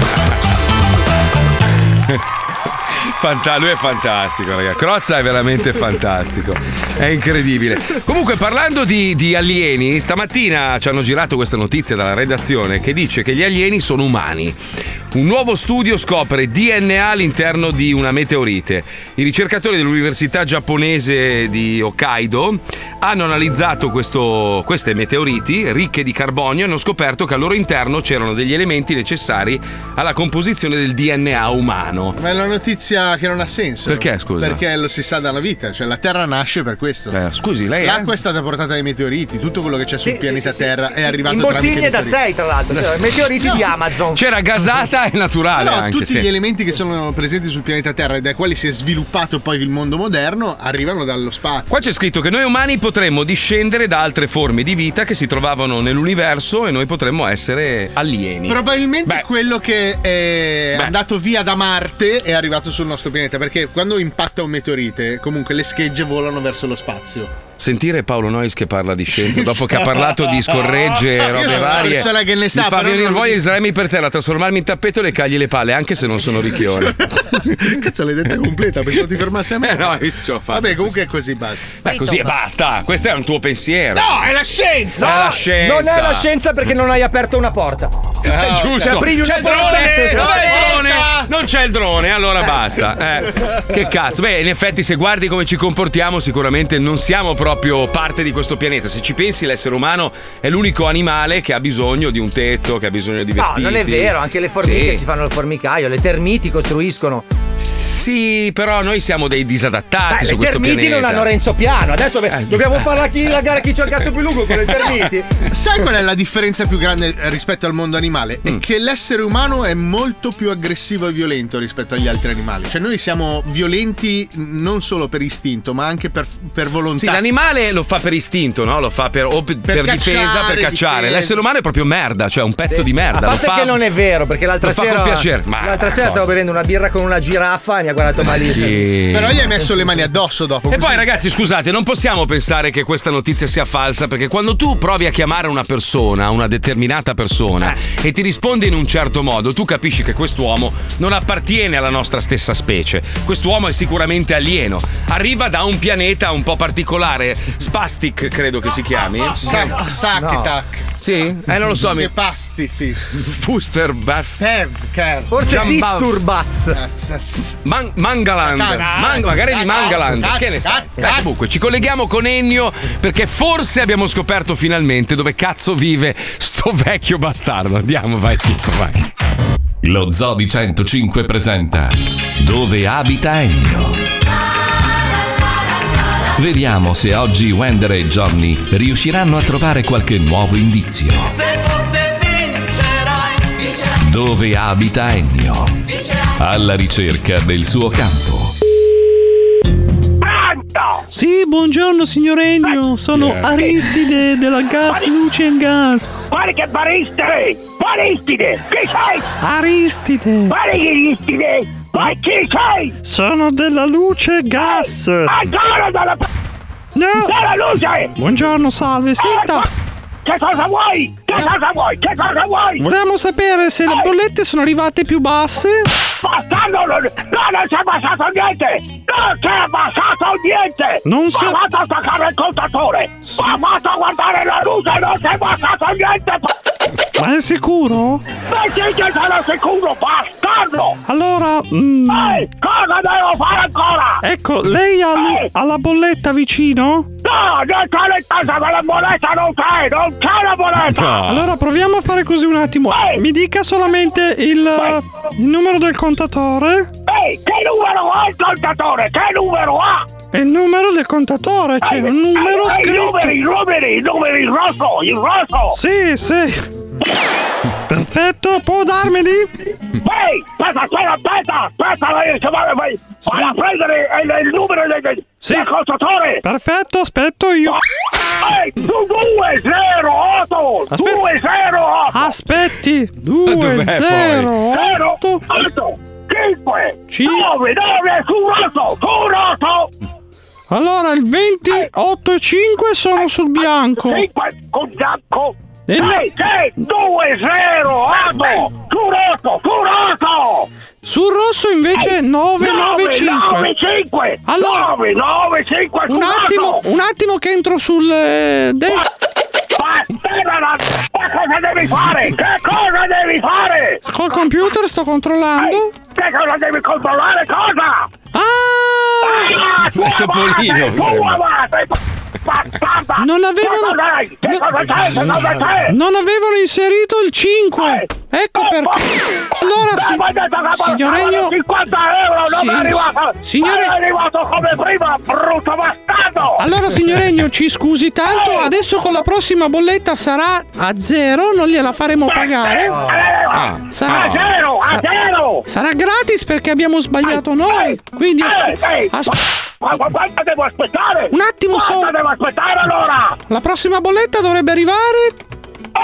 Fanta- lui è fantastico, ragazzi. Crozza è veramente fantastico. È incredibile. Comunque, parlando di, di alieni, stamattina ci hanno girato questa notizia dalla redazione che dice che gli alieni sono umani. Un nuovo studio scopre DNA all'interno di una meteorite. I ricercatori dell'università giapponese di Hokkaido hanno analizzato questo- queste meteoriti ricche di carbonio e hanno scoperto che al loro interno c'erano degli elementi necessari alla composizione del DNA umano. Ma è una notizia che non ha senso. Perché, scusa? Eh, Perché lo si sa dalla vita, cioè la Terra nasce per questo. scusi, lei. L'acqua è stata portata dai meteoriti, tutto quello che c'è sul pianeta Terra è arrivato in tramite bottiglie da meteoriti. 6 tra l'altro Da cioè, sei. meteoriti No. di Amazon C'era gasata e naturale No, anche. tutti sì. gli elementi che sono presenti sul pianeta Terra e dai quali si è sviluppato poi il mondo moderno arrivano dallo spazio. Qua c'è scritto che noi umani potremmo discendere da altre forme di vita che si trovavano nell'universo e noi potremmo essere alieni. Probabilmente quello che è andato via da Marte è arrivato sul nostro pianeta, perché quando impatta un meteorite, comunque le schegge volano verso lo spazio. [LAUGHS] Sentire Paolo Nois che parla di scienza dopo che ha parlato di scorregge e Io robe sono una varie. persona che ne sa, mi fa però venire non- voglia di sdraiarmi per terra, trasformarmi in tappeto e le cagli le palle, anche se non sono [LAUGHS] ricchione. Cazzo, l'hai detta completa, pensavo ti fermassi a [LAUGHS] me. no, io ce l'ho fatta. Vabbè, comunque è così, basta. Beh, così e basta. Questo è un tuo pensiero. No, è la scienza! È la No, scienza. non è la scienza perché non hai aperto una porta È giusto. se aprivi una C'è il porta drone! Dov'è il drone? Porta! Non c'è il drone, allora basta. Eh, Che cazzo. Beh, in effetti, se guardi come ci comportiamo, sicuramente non siamo proprio parte di questo pianeta. Se ci pensi, l'essere umano è l'unico animale che ha bisogno di un tetto, che ha bisogno di No, vestiti. non è vero, anche le formiche Sì. si fanno il formicaio, le termiti costruiscono Sì, però noi siamo dei disadattati Beh, Ah, su le questo termiti pianeta. Eh. non hanno Renzo Piano. Adesso beh, dobbiamo farla chi la gara chi c'ha il cazzo più lungo [LAUGHS] con le termiti. Sai qual è la differenza più grande eh, rispetto al mondo animale? Mm. È che l'essere umano è molto più aggressivo e violento rispetto agli altri animali. Cioè, noi siamo violenti non solo per istinto, ma anche per, per volontà. Sì, l'animale lo fa per istinto, no? Lo fa per, o per, per cacciare, difesa, per cacciare. difesa. L'essere umano è proprio merda, cioè un pezzo di merda. A parte lo fa... che non è vero, perché l'altra lo fa sera. con piacere, ma- l'altra sera cosa? stavo bevendo una birra con una giraffa e mi ha guardato malissimo. Sì. Però gli hai messo le mani addosso dopo. E poi ragazzi scusate, non possiamo pensare che questa notizia sia falsa perché quando tu provi a chiamare una persona, una determinata persona e ti risponde in un certo modo, tu capisci che quest'uomo non appartiene alla nostra stessa specie. Quest'uomo è sicuramente alieno. Arriva da un pianeta un po' particolare, Spastic credo che si chiami. Sac, sac No. tac. Sì? Eh non lo so. Mi... Sepastifis. Fuster Baff. Forse Jambal- disturbaz. Man- Mangaland, Man- magari di Mangaland, che ne sai? Beh, comunque ci colleghiamo con Ennio perché forse abbiamo scoperto finalmente dove cazzo vive sto [LAUGHS] vecchio bastardo. Andiamo, vai, Chicco, vai. Lo Zobi 105 presenta Dove abita Ennio? Vediamo se oggi Wender e Johnny riusciranno a trovare qualche nuovo indizio. Se forte vincerai, vincerai, Dove abita Ennio? Alla ricerca del suo campo. Sì, buongiorno signor Eh, Ennio, sono Aristide della Gas Luce and Gas. Guarda che baristide! Baristide! Chi sei? Aristide! Guarda che baristide! Ma chi sei? Eh, Sono della Luce e Gas. Ancora dalla p... No! Dalla luce! Eh, Buongiorno, salve, senta. Che cosa vuoi? Che cosa vuoi? Che cosa vuoi? Volevamo sapere se le bollette sono arrivate più basse. Bastardo! Non, Eh. no, non c'è passato niente! Non c'è passato niente! Non so- Ma vado a attaccare il contatore! Ma vado a guardare la luce! Non c'è passato niente! Ma è sicuro? Ma sì che sono sicuro, bastardo! Allora, mm, Ehi, cosa devo fare ancora? ecco, lei ha, l- ha la bolletta vicino? No, non c'è l'ettanza, ma la moneta non c'è, non c'è la moneta! Allora proviamo a fare così un attimo. Mi dica solamente il, il numero del contatore. Ehi, che numero ha il contatore? Che numero ha? È il numero del contatore, c'è un numero ehi, scritto. numeri, numeri, numeri, il rosso, il rosso! Sì, sì. Perfetto, può darmeli? Ehi, aspetta, aspetta, aspetta, aspetta, vai, se vai, vai, vai a prendere il, il numero del, del- del contatore! Perfetto, aspetto io. Ehi, 208! 208! Aspetti, 2, poi? 0, 8, 5! 9, 9, 9, su rosso, su rosso! Allora, il 28 e 5 sono sul bianco. 5 con bianco! E no- 6, 6, 2, 0, 8! Su rosso, su rosso! Sul rosso invece 9, 9, 5. 9, 5! Allora, 9, 9, 5, un attimo, un attimo che entro sul... eh, dash- Che cosa devi fare? Che cosa devi fare? Col computer sto controllando. Che cosa devi controllare? Cosa? Ah! Ah, tua madre, tua madre, bastarda! Non avevano... Cosa dai? Che cosa c'è? Che cosa c'è? Eh. Non avevano inserito il 5. Ecco perché... Allora, si... signor Ennio... 50 euro non Sì, mi è arrivato! signore- Non è arrivato come prima, brutto bastardo! Allora, signor Ennio, ci scusi Eh. tanto. Adesso con la prossima bolletta sarà a zero, non gliela faremo pagare. Sarà, eh. A zero, a sa- zero! Eh, sarà gratis perché abbiamo sbagliato noi. Quindi. Ehi, ehi, aspe- eh. Ma ma quanto devo aspettare? Un attimo Quanto solo. devo aspettare allora? La prossima bolletta dovrebbe arrivare.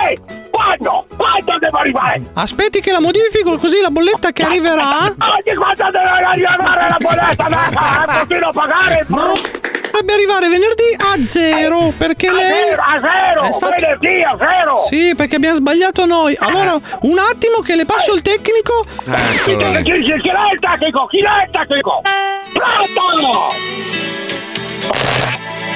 Ehi, quando? Quando devo arrivare? Aspetti che la modifico, così la bolletta che arriverà. Oggi quando deve arrivare la bolletta? Ma così lo pagare? Dovrebbe arrivare venerdì a zero. Perché lei. zero, a zero, è stato- venerdì a zero. Sì, perché abbiamo sbagliato noi. Allora, un attimo che le passo il tecnico. Chi, chi, chi, chi, chi l'ha il tecnico? Chi l'ha il tecnico? Pronto!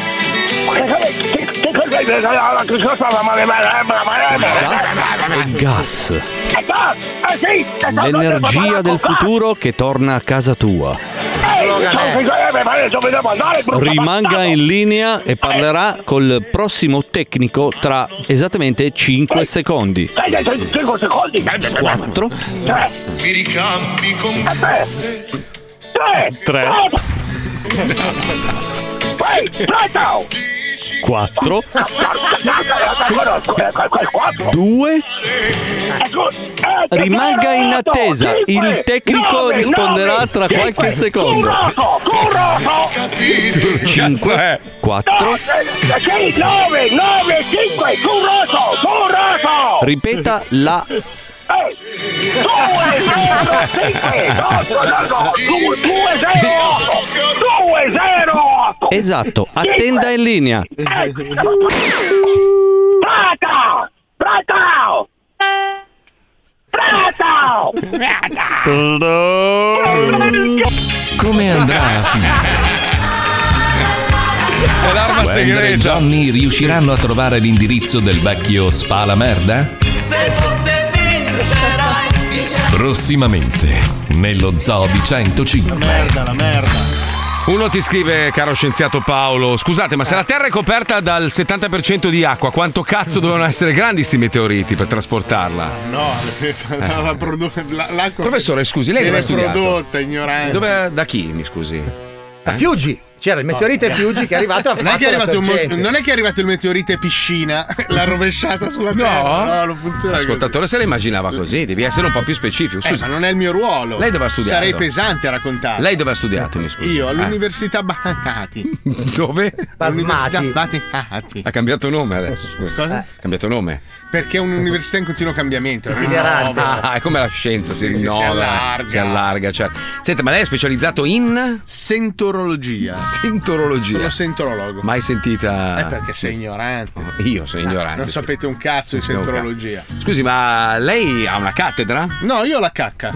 Che- che- che cosa- che cosa- che cosa fa la male- male- male- male- male- male- E gas, Eh, no, eh, sì, eh, no, l'energia del futuro che torna a casa tua. eh, eh, ma adesso mi devo andare, brutto Rimanga in linea e parlerà col prossimo tecnico tra esattamente 5 secondi. Eh, eh, eh, cinque secondi. 4, Eh, Mi ricampi con queste tre, Tre. Poi, prego! 4 2 Eh, Rimanga in attesa, il tecnico risponderà tra qualche secondo. Curroso, curroso! eh. 5 4 Sì, 9, 9, 5, curroso, curroso! Ripeta la Esatto, attenda in linea. Prata! Prata! Prata! Come andrà a finire? È l'arma Wender e segreta. Johnny riusciranno a trovare l'indirizzo del vecchio Spala Merda? Se forte vincerai, vincerai. Prossimamente, nello Zoo di 105. Merda, la merda. Uno ti scrive, caro scienziato Paolo, scusate, ma se la Terra è coperta dal 70% di acqua, quanto cazzo dovevano essere grandi sti meteoriti per trasportarla? No, [LAUGHS] le- la- la produ- la- l'acqua. Professore, scusi, lei dove ha viene studiato? prodotta, ignorante. Dove, da chi, mi scusi? Eh? Da Fiuggi! C'era il meteorite Fiuggi che è arrivato a non è, fatto che è arrivato la un mo- sorgente. non è che è arrivato il meteorite piscina, [LAUGHS] l'ha rovesciata sulla terra. No, non funziona così. L'ascoltatore se la immaginava così, devi essere un po' più specifico. Eh, Scusi, ma non è il mio ruolo. Lei dove ha studiato? Sarei pesante a raccontare. lei dove ha studiato, mi scusi? Io Eh? all'Università Bacati. [LAUGHS] Dove? All'Università Bacati. Ha cambiato nome adesso, scusa. Cosa? Ha cambiato nome. Perché è un'università in continuo cambiamento. Itinerante. Rinnova. Ah, è come la scienza, si Sì, sì, si rinnova, allarga. si allarga, certo. Senta, ma lei è specializzato in sentorologia. Sentorologia. Sono sentorologo. Mai sentita Oh, Eh, perché sei ignorante. Eh, Io sono ignorante. Non sapete un cazzo di No, sentorologia. Scusi, ma lei ha una cattedra? No, io ho [LAUGHS] la cacca.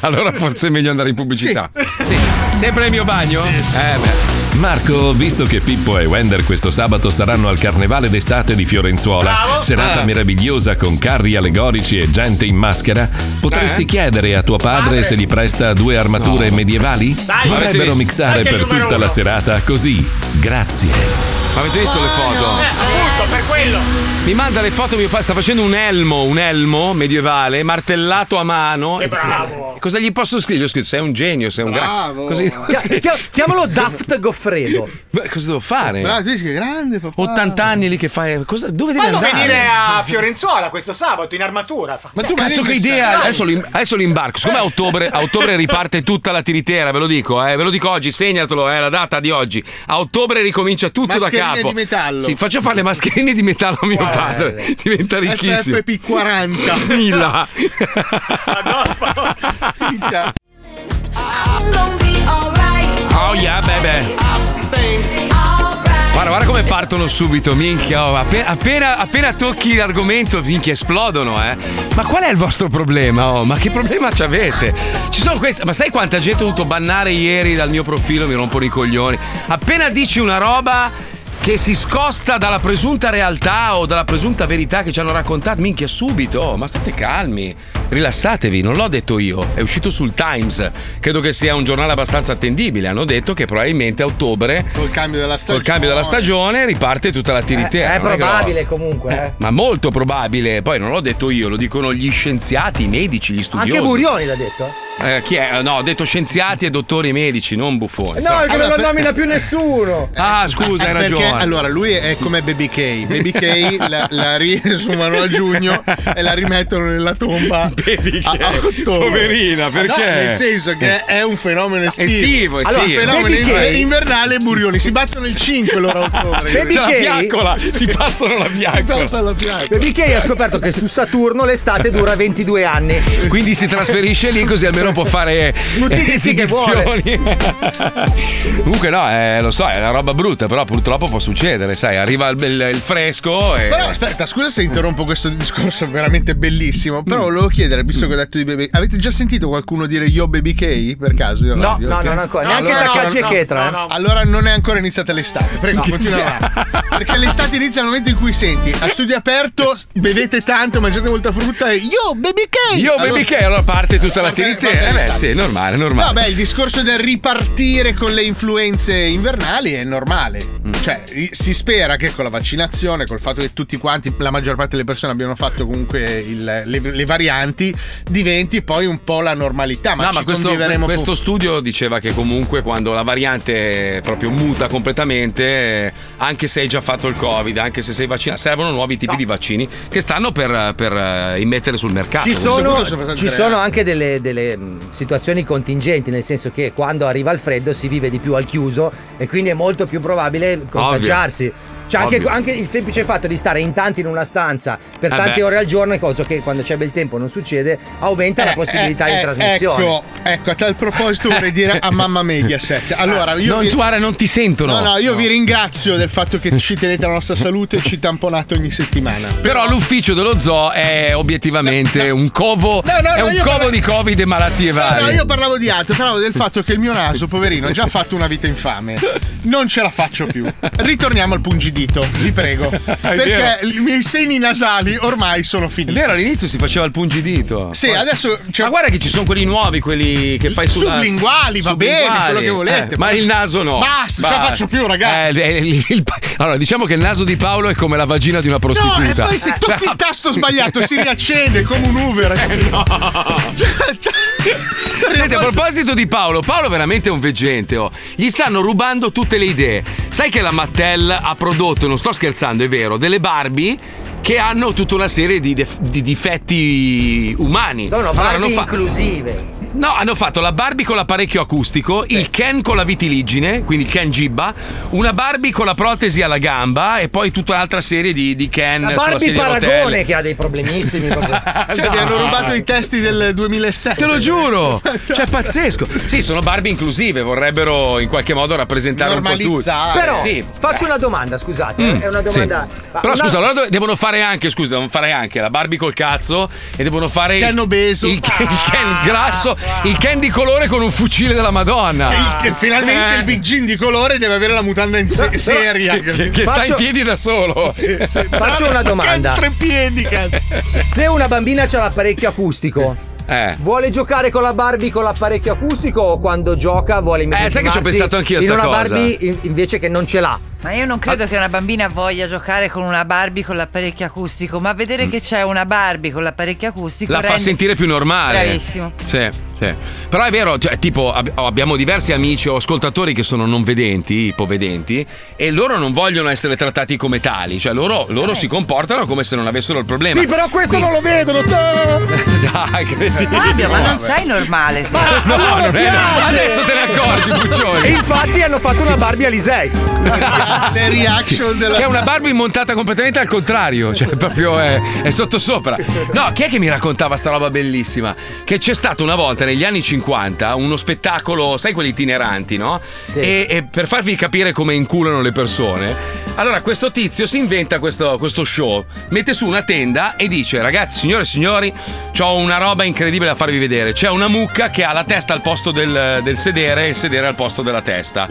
Allora forse è meglio andare in pubblicità. Sì. Sempre nel mio bagno? Eh beh. Marco, visto che Pippo e Wender questo sabato saranno al carnevale d'estate di Fiorenzuola, Bravo. serata Ah. meravigliosa con carri allegorici e gente in maschera, potresti Eh. chiedere a tuo padre, se gli presta due armature medievali? Dai, avete Vorrebbero visto? mixare Anche il per numero tutta uno. la serata, così. Grazie. Ma avete visto le foto? Eh. Appunto, per quello. Mi manda le foto mio padre, sta facendo un elmo, un elmo medievale, martellato a mano. Che bravo! Cosa gli posso scrivere? Gli ho scritto, sei un genio, sei un Bravo. gra- Così Chia- chia- chiamalo Daft Goffredo. Ma cosa devo fare? Bravo, tu dici, grande papà. 80 anni lì che fai. Cosa, dove devi Fanno andare? venire a Fiorenzuola questo sabato in armatura. Fa- Ma tu cazzo che idea! Adesso, lo im- adesso lo imbarco. Siccome a ottobre, a ottobre riparte tutta la tiritera, ve lo dico, eh, ve lo dico oggi, segnatelo, eh, la data di oggi. A ottobre ricomincia tutto da Mascherine capo. di metallo. Sì, faccio fare le mascherine di metallo a mio padre. Diventa ricchissimo. FFP40. [LAUGHS] Mila. Minchia. Oh yeah, baby. Guarda, guarda come partono subito, minchia. oh, appe- Appena, appena tocchi l'argomento, minchia, esplodono, eh. Ma qual è il vostro problema? Oh? Ma che problema avete? Ci sono queste. Ma sai quanta gente ho dovuto bannare ieri dal mio profilo? Mi rompono i coglioni. Appena dici una roba. Che si scosta dalla presunta realtà o dalla presunta verità che ci hanno raccontato, minchia, subito. oh, ma state calmi, rilassatevi, non l'ho detto io, è uscito sul Times. Credo che sia un giornale abbastanza attendibile. Hanno detto che probabilmente a ottobre Col cambio della stagione. Col cambio della stagione riparte tutta la Eh, tiritera. è non che lo- probabile comunque. eh. Ma molto probabile, poi non l'ho detto io, lo dicono gli scienziati, i medici, gli studiosi. Anche Burioni l'ha detto. eh. Eh, chi è? No, ho detto scienziati e dottori medici, non buffoni. Cioè, No, Però- è che non lo nomina più nessuno. Ah, scusa, hai Eh, perché, ragione. Allora, lui è come Baby K. [LAUGHS] Baby K la, la riesumano a giugno e la rimettono nella [LAUGHS] tomba. Baby K. Poverina, perché? Eh. nel senso che è un fenomeno estivo. Estivo, estivo. Allora, fenomeno Baby K. inver- invernale e burioni. Si battono il 5 loro a ottobre. Baby C'è [LAUGHS] K. si passano la Si Ecco. passa la fiaccola. Baby K ha scoperto che su Saturno l'estate dura 22 anni. Quindi si trasferisce lì così almeno può fare [LAUGHS] Tutti i eh, dischi che vuole. esibizioni. [LAUGHS] Comunque no, eh, lo so, è una roba brutta, però purtroppo può succedere, sai, arriva il, il- il fresco e... Però aspetta, scusa se interrompo questo discorso [LAUGHS] veramente bellissimo. Mm. Però volevo chiedere, visto che ho detto di Baby Avete già sentito qualcuno dire Yo Baby K? Per caso? Io No, radio, no, ok? non ancora. Neanche Takashi e Chetra, eh. Allora non è ancora iniziata l'estate. Prego, No. continua avanti. [LAUGHS] Perché l'estate inizia al momento in cui senti a studio aperto, bevete tanto, mangiate molta frutta e Yo Baby K! eh, Io baby che allora parte tutta la parte tiritera. Eh, beh, l'estate. sì, è normale, è normale. Mm. Vabbè, il discorso del ripartire con le influenze invernali è normale. Cioè, eh, si spera che con la vaccinazione, col fatto che tutti quanti, la maggior parte delle persone abbiano fatto comunque il- le, le varianti, diventi poi un po' la normalità. Eh, Ma, no, ci ma questo, conviveremo questo con- Eh, studio diceva che comunque quando la variante proprio muta completamente, eh, anche se hai già fatto il Covid, anche se sei vaccinato, servono nuovi tipi di vaccini che stanno per, per, eh, immettere sul mercato. Ci Questo sono, punto sono ci abbastanza sono anche delle, delle, mh, situazioni contingenti, nel senso che quando arriva il freddo si vive di più al chiuso e quindi è molto più probabile contagiarsi. Cioè anche, Ovvio. anche il semplice fatto di stare in tanti in una stanza per Eh tante beh. ore al giorno è cosa che quando c'è bel tempo non succede, aumenta la Eh, possibilità eh, di eh, trasmissione. Ecco, ecco, a tal proposito vorrei dire a mamma Mediaset. Allora, io Ah, Non vi... tu, Ara, non ti sentono. No, no, io vi ringrazio del fatto che ci tenete alla nostra salute e ci tamponate ogni settimana. Però l'ufficio dello zoo è obiettivamente un covo, no, è no, un io covo parlo- di Covid e malattie varie. No, io parlavo di altro, parlavo del fatto che il mio naso, poverino, ha già fatto una vita infame. Non ce la faccio più. Ritorniamo al pungidito, [LAUGHS] vi prego. Perché vero. i miei seni nasali ormai sono finiti. Era all'inizio si faceva il pungidito. Sì, Poi- adesso. Ma guarda che ci sono quelli nuovi, quelli che fai sulla Sublinguali, va bene, quello che volete. Eh, ma il naso no. Eh, Basta, non ce la faccio più, ragazzi. allora, diciamo che il naso di Paolo è come la vagina di una No, e prostituta. poi se Cioè, tocchi il tasto [LAUGHS] sbagliato si riaccende come un Uber. Eh, no. Senti, a proposito di Paolo, Paolo veramente è un veggente, oh. gli stanno rubando tutte le idee. Sai che la Mattel ha prodotto, non sto scherzando, è vero, delle Barbie che hanno tutta una serie di, def- di difetti umani. Sono Allora, hanno Barbie fa- inclusive. No, hanno fatto la Barbie con l'apparecchio acustico, il Ken con la vitiligine, quindi il Ken Gibba, una Barbie con la protesi alla gamba e poi tutta un'altra serie di, di Ken La sulla Barbie sedia a Paragone rotelle. che ha dei problemissimi proprio. [LAUGHS] Cioè, vi hanno rubato i testi del 2007. Te lo giuro! Cioè, è pazzesco! Sì, sono Barbie inclusive, vorrebbero in qualche modo rappresentare un po' tutti. Però Sì. faccio una domanda, scusate, Mm, è una domanda. sì. ma Però una- scusa, allora dove- devono fare anche, scusa, devono fare anche la Barbie col cazzo e devono fare Ken il, obeso. il Ken, il Ken grasso, il Ken di colore con un fucile della Madonna. Il- che finalmente Eh. il Big Gin di colore deve avere la mutanda in se- seria. Che, che sta in Faccio- piedi da solo. Sì, sì. Faccio una domanda. Tre piedi, cazzo. Se una bambina ha l'apparecchio acustico, Eh. vuole giocare con la Barbie con l'apparecchio acustico o quando gioca vuole Eh, sai che ci ho immedesimarsi pensato anch'io a in sta una cosa. Barbie in- invece che non ce l'ha? Ma io non Ah. credo che una bambina voglia giocare con una Barbie con l'apparecchio acustico, ma vedere che c'è una Barbie con l'apparecchio acustico Mm. La fa rende- sentire più normale. Bravissimo. Sì, sì. Però è vero, cioè, tipo, ab- abbiamo diversi amici o ascoltatori che sono non vedenti, ipovedenti, e loro non vogliono essere trattati come tali. Cioè, loro, loro si comportano come se non avessero il problema. Sì, però questo non lo vedono. [LAUGHS] Dai, cretino. Fabio, ma non Vabbè. sei normale. Ma no, allora non è- piace. Adesso te ne accorgi, Puccioni. E infatti hanno fatto una Barbie Alisei. Le reaction della- Che è una Barbie montata completamente al contrario, cioè proprio è, è sottosopra. No, chi è che mi raccontava sta roba bellissima? Che c'è stato una volta negli anni 50 uno spettacolo, sai quelli itineranti, no? E, e per farvi capire come inculano le persone, allora questo tizio si inventa questo, questo show, mette su una tenda e dice ragazzi, signore e signori, ho una roba incredibile da farvi vedere. C'è una mucca che ha la testa al posto del, del sedere e il sedere al posto della testa.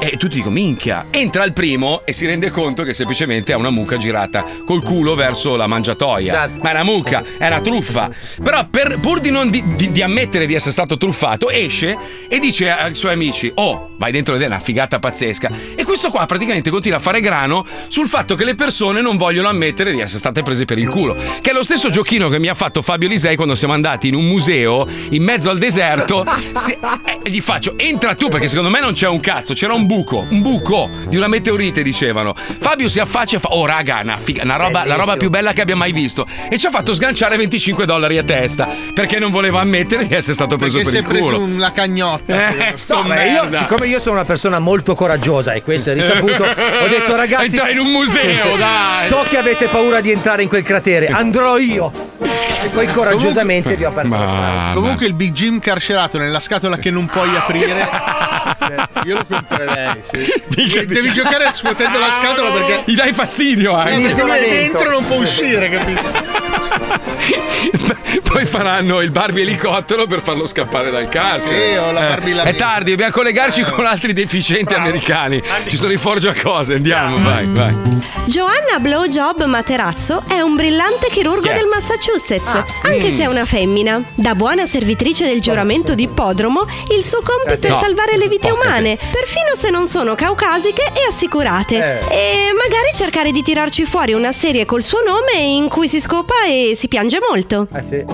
E tutti dicono minchia. Entra il primo e si rende conto che semplicemente ha una mucca girata col culo verso la mangiatoia. Ma è una mucca, è una truffa. Però per- pur di non di, di- di ammettere di essere stato truffato, esce e dice ai suoi amici oh, vai dentro ed è una figata pazzesca. E questo qua praticamente continua a fare grano sul fatto che le persone non vogliono ammettere di essere state prese per il culo. Che è lo stesso giochino che mi ha fatto Fabio Lisei quando siamo andati in un museo in mezzo al deserto. Se- eh, gli faccio, entra tu, perché secondo me non c'è un cazzo, c'era un buco, un buco di una meteorite, dicevano. Fabio si affaccia e fa, oh raga, una figa- una roba, la roba Bellissimo. più bella che abbia mai visto. E ci ha fatto sganciare 25 dollari a testa, perché non voleva ammettere di essere stato preso Perché si è per il preso culo. una cagnotta. Eh, sto No, ma io, merda. siccome io sono una persona molto coraggiosa e questo è risaputo, [LAUGHS] ho detto ragazzi. Entra in un [LAUGHS] museo, dai." So che avete paura di entrare in quel cratere, andrò io. E poi coraggiosamente vi ho aperto la strada. Ah, Comunque il Big Jim carcerato nella scatola che non puoi aprire. eh, Io lo comprerei, sì. Devi- Devi giocare scuotendo la scatola perché. Gli dai fastidio [LAUGHS] anche. Eh, se uno è dentro non [LAUGHS] può uscire, capito? [LAUGHS] Poi faranno il Barbie elicottero per farlo scappare dal calcio. Sì, o la Eh, Barbie la Eh. È tardi, dobbiamo collegarci con altri deficienti americani. Ci sono i forgia cose, andiamo, vai, vai. Joanna Blowjob Materazzo è un brillante chirurgo Chi è? del Massachusetts. Massachusetts, anche se è una femmina. Da buona servitrice del giuramento di Podromo, il suo compito Eh, no. è salvare le vite Porca umane, perfino se non sono caucasiche e assicurate. E magari cercare di tirarci fuori una serie col suo nome in cui si scopa e si piange molto. Eh sì.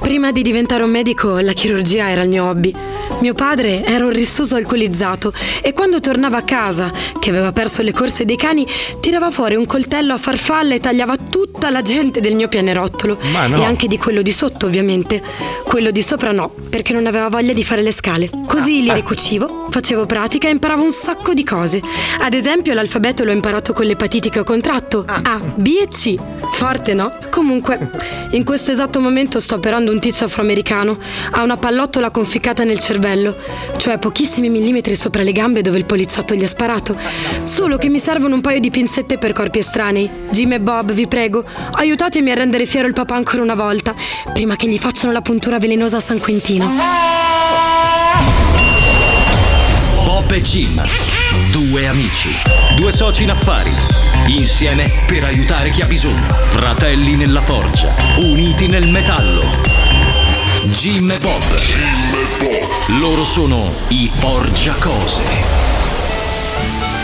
Prima di diventare un medico, la chirurgia era il mio hobby. Mio padre era un rissoso alcolizzato e quando tornava a casa, che aveva perso le corse dei cani, tirava fuori un coltello a farfalla e tagliava tutta la gente del mio pianerottolo. Ma no. E anche di quello di sotto, ovviamente. Quello di sopra no, perché non aveva voglia di fare le scale. Così li ricucivo, facevo pratica e imparavo un sacco di cose. Ad esempio, l'alfabeto l'ho imparato con l'epatite che ho contratto. A, B e C. Forte no? Comunque, in questo esatto momento sto operando un tizio afroamericano. Ha una pallottola conficcata nel cervello, cioè pochissimi millimetri sopra le gambe dove il poliziotto gli ha sparato. Solo che mi servono un paio di pinzette per corpi estranei. Jim e Bob, vi prego, aiutatemi a rendere fiero il papà ancora una volta, prima che gli facciano la puntura velenosa a San Quentino. Bob e Jim, due amici, due soci in affari, insieme per aiutare chi ha bisogno, fratelli nella forgia, uniti nel metallo. Jim e Bob. Loro sono i Forgia Cose.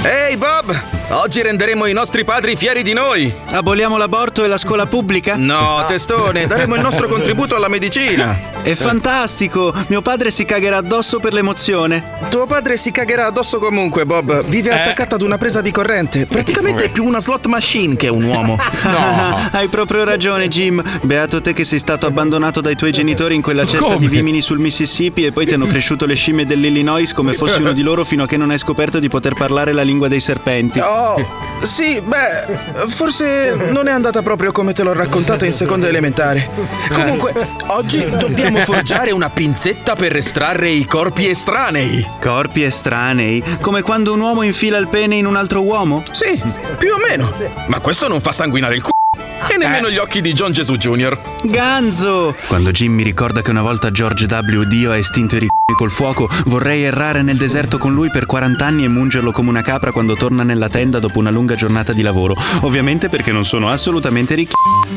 Ehi Bob! Oggi renderemo i nostri padri fieri di noi! Aboliamo l'aborto e la scuola pubblica? No, testone, daremo il nostro contributo alla medicina! È fantastico! Mio padre si cagherà addosso per l'emozione. Tuo padre si cagherà addosso comunque, Bob. Vive Eh. attaccato ad una [LAUGHS] presa di corrente. Praticamente è più una slot machine che un [LAUGHS] uomo. Ah, Hai proprio ragione, Jim. Beato te che sei stato abbandonato dai tuoi genitori in quella cesta Come? di vimini sul Mississippi e poi ti hanno cresciuto le scimmie dell'Illinois come fossi uno di loro fino a che non hai scoperto di poter parlare la lingua dei serpenti. [LAUGHS] Oh, sì, beh, forse non è andata proprio come te l'ho raccontata in seconda elementare. Eh. Comunque, [LAUGHS] oggi dobbiamo forgiare una pinzetta per estrarre i corpi estranei. Corpi estranei, come quando un uomo infila il pene in un altro uomo? Sì, più o meno. Ma questo non fa sanguinare il c***o. E nemmeno gli occhi di John Gesù Jr. Ganzo! Quando Jim mi ricorda che una volta George W. Dio ha estinto i ricchi col fuoco, vorrei errare nel deserto con lui per 40 anni e mungerlo come una capra quando torna nella tenda dopo una lunga giornata di lavoro. Ovviamente perché non sono assolutamente ricchi.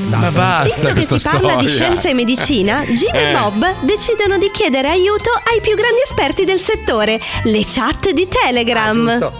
Ma Visto che si parla di scienza e medicina, Jim Eh. e Bob decidono di chiedere aiuto ai più grandi esperti del settore, le chat di Telegram.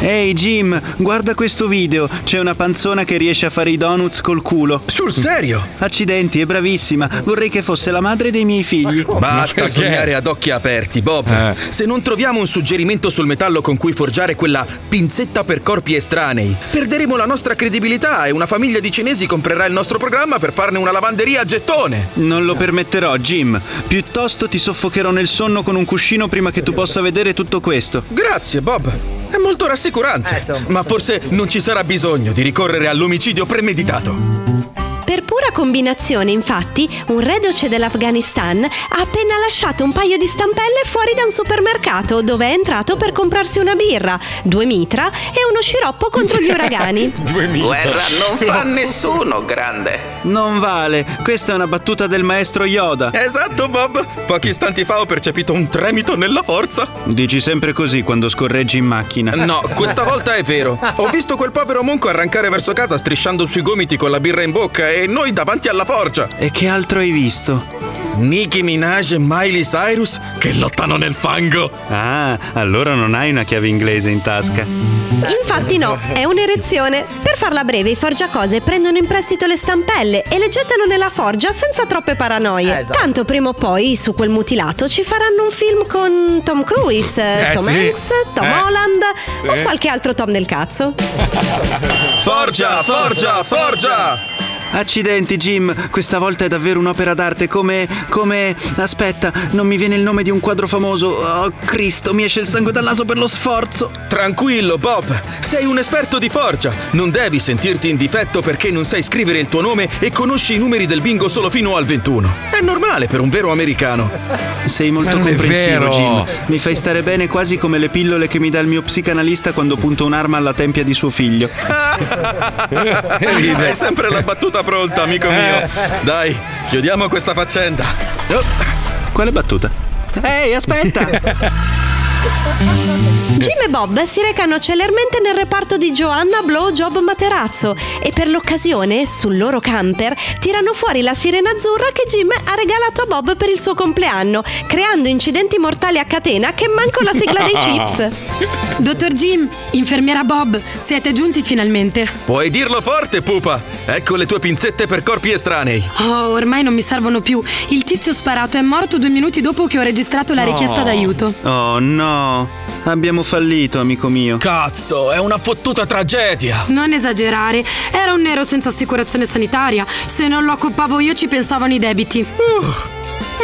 Ehi Jim, guarda questo video. C'è una panzona che riesce a fare i donuts col culo. Sul serio? Accidenti, è bravissima. Vorrei che fosse la madre dei miei figli. Basta sognare ad occhi aperti, Bob. Se non troviamo un suggerimento sul metallo con cui forgiare quella pinzetta per corpi estranei, perderemo la nostra credibilità e una famiglia di cinesi comprerà il nostro programma per farne una lavanderia a gettone. Non lo permetterò, Jim. Piuttosto ti soffocherò nel sonno con un cuscino prima che tu possa vedere tutto questo. Grazie, Bob. È molto rassicurante. Ma forse non ci sarà bisogno di ricorrere all'omicidio premeditato. Per pura combinazione, infatti, un reduce dell'Afghanistan ha appena lasciato un paio di stampelle fuori da un supermercato dove è entrato per comprarsi una birra, due mitra e uno sciroppo contro gli [LAUGHS] uragani. Guerra non fa nessuno grande. Non vale, questa è una battuta del maestro Yoda. Esatto, Bob. Pochi istanti fa ho percepito un tremito nella forza. Dici sempre così quando scorreggi in macchina. No, questa volta è vero. Ho visto quel povero monco arrancare verso casa strisciando sui gomiti con la birra in bocca e noi davanti alla forgia. E che altro hai visto? Nicki Minaj e Miley Cyrus che lottano nel fango. Ah, allora non hai una chiave inglese in tasca. Infatti no, è un'erezione. Per farla breve, i forgiacose prendono in prestito le stampelle e le gettano nella forgia senza troppe Eh, paranoie. esatto. Tanto prima o poi su quel mutilato ci faranno un film con Tom Cruise, Eh, Tom sì. Hanks, Tom Eh. Holland Sì. o qualche altro Tom del cazzo. Forgia, forgia, forgia! Accidenti, Jim, questa volta è davvero un'opera d'arte come. come. aspetta, non mi viene il nome di un quadro famoso. Oh, Cristo, mi esce il sangue dal naso per lo sforzo. Tranquillo, Bob. Sei un esperto di forgia. Non devi sentirti in difetto perché non sai scrivere il tuo nome e conosci i numeri del bingo solo fino al 21. È normale per un vero americano. Sei molto non è vero. comprensivo, Jim. Mi fai stare bene quasi come le pillole che mi dà il mio psicanalista quando punto un'arma alla tempia di [LAUGHS] suo figlio. Hai sempre la battuta pronta, amico Eh. mio. Dai, chiudiamo Oh. questa faccenda. [LAUGHS] Quale battuta? Ehi, aspetta! Jim e Bob si recano celermente nel reparto di Joanna Blowjob Materazzo e per l'occasione, sul loro camper, tirano fuori la sirena azzurra che Jim ha regalato a Bob per il suo compleanno, creando incidenti mortali a catena che manco la sigla dei No. chips. Dottor Jim, infermiera Bob, siete giunti finalmente. Puoi dirlo forte, pupa! Ecco le tue pinzette per corpi estranei. Oh, ormai non mi servono più. Il tizio sparato è morto due minuti dopo che ho registrato la No. richiesta d'aiuto. Oh no, abbiamo fallito, amico mio. Cazzo, è una fottuta tragedia. Non esagerare, era un nero senza assicurazione sanitaria. Se non lo coppavo io ci pensavano i debiti.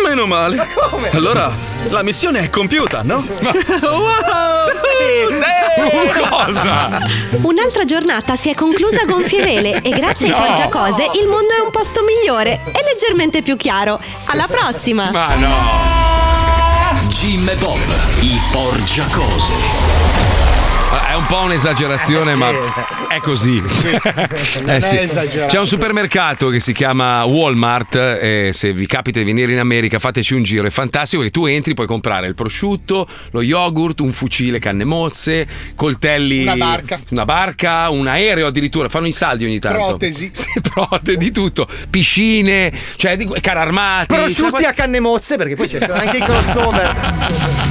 Meno male. Ma come? Allora, la missione è compiuta, no? Wow! Uh, [LAUGHS] Eh! [LAUGHS] Cosa? Un'altra giornata si è conclusa a gonfie vele e grazie No. ai Foggiacose il mondo è un posto migliore e leggermente più chiaro. Alla prossima! Ma no! Jim e Bob, i Porgia Cose. È un po' un'esagerazione, ma è così. Eh, [LAUGHS] Eh, Non è esagerato. C'è un supermercato che si chiama Walmart. E se vi capita di venire in America, fateci un giro. È fantastico che tu entri, puoi comprare il prosciutto, lo yogurt, un fucile, canne mozze, coltelli, Una barca. una barca, un aereo addirittura. Fanno i saldi ogni tanto. Protesi. [LAUGHS] Sì, protesi, di tutto. Piscine, cioè, di- carri armati. cioè, Prosciutti a canne mozze, perché poi ci sono anche i crossover.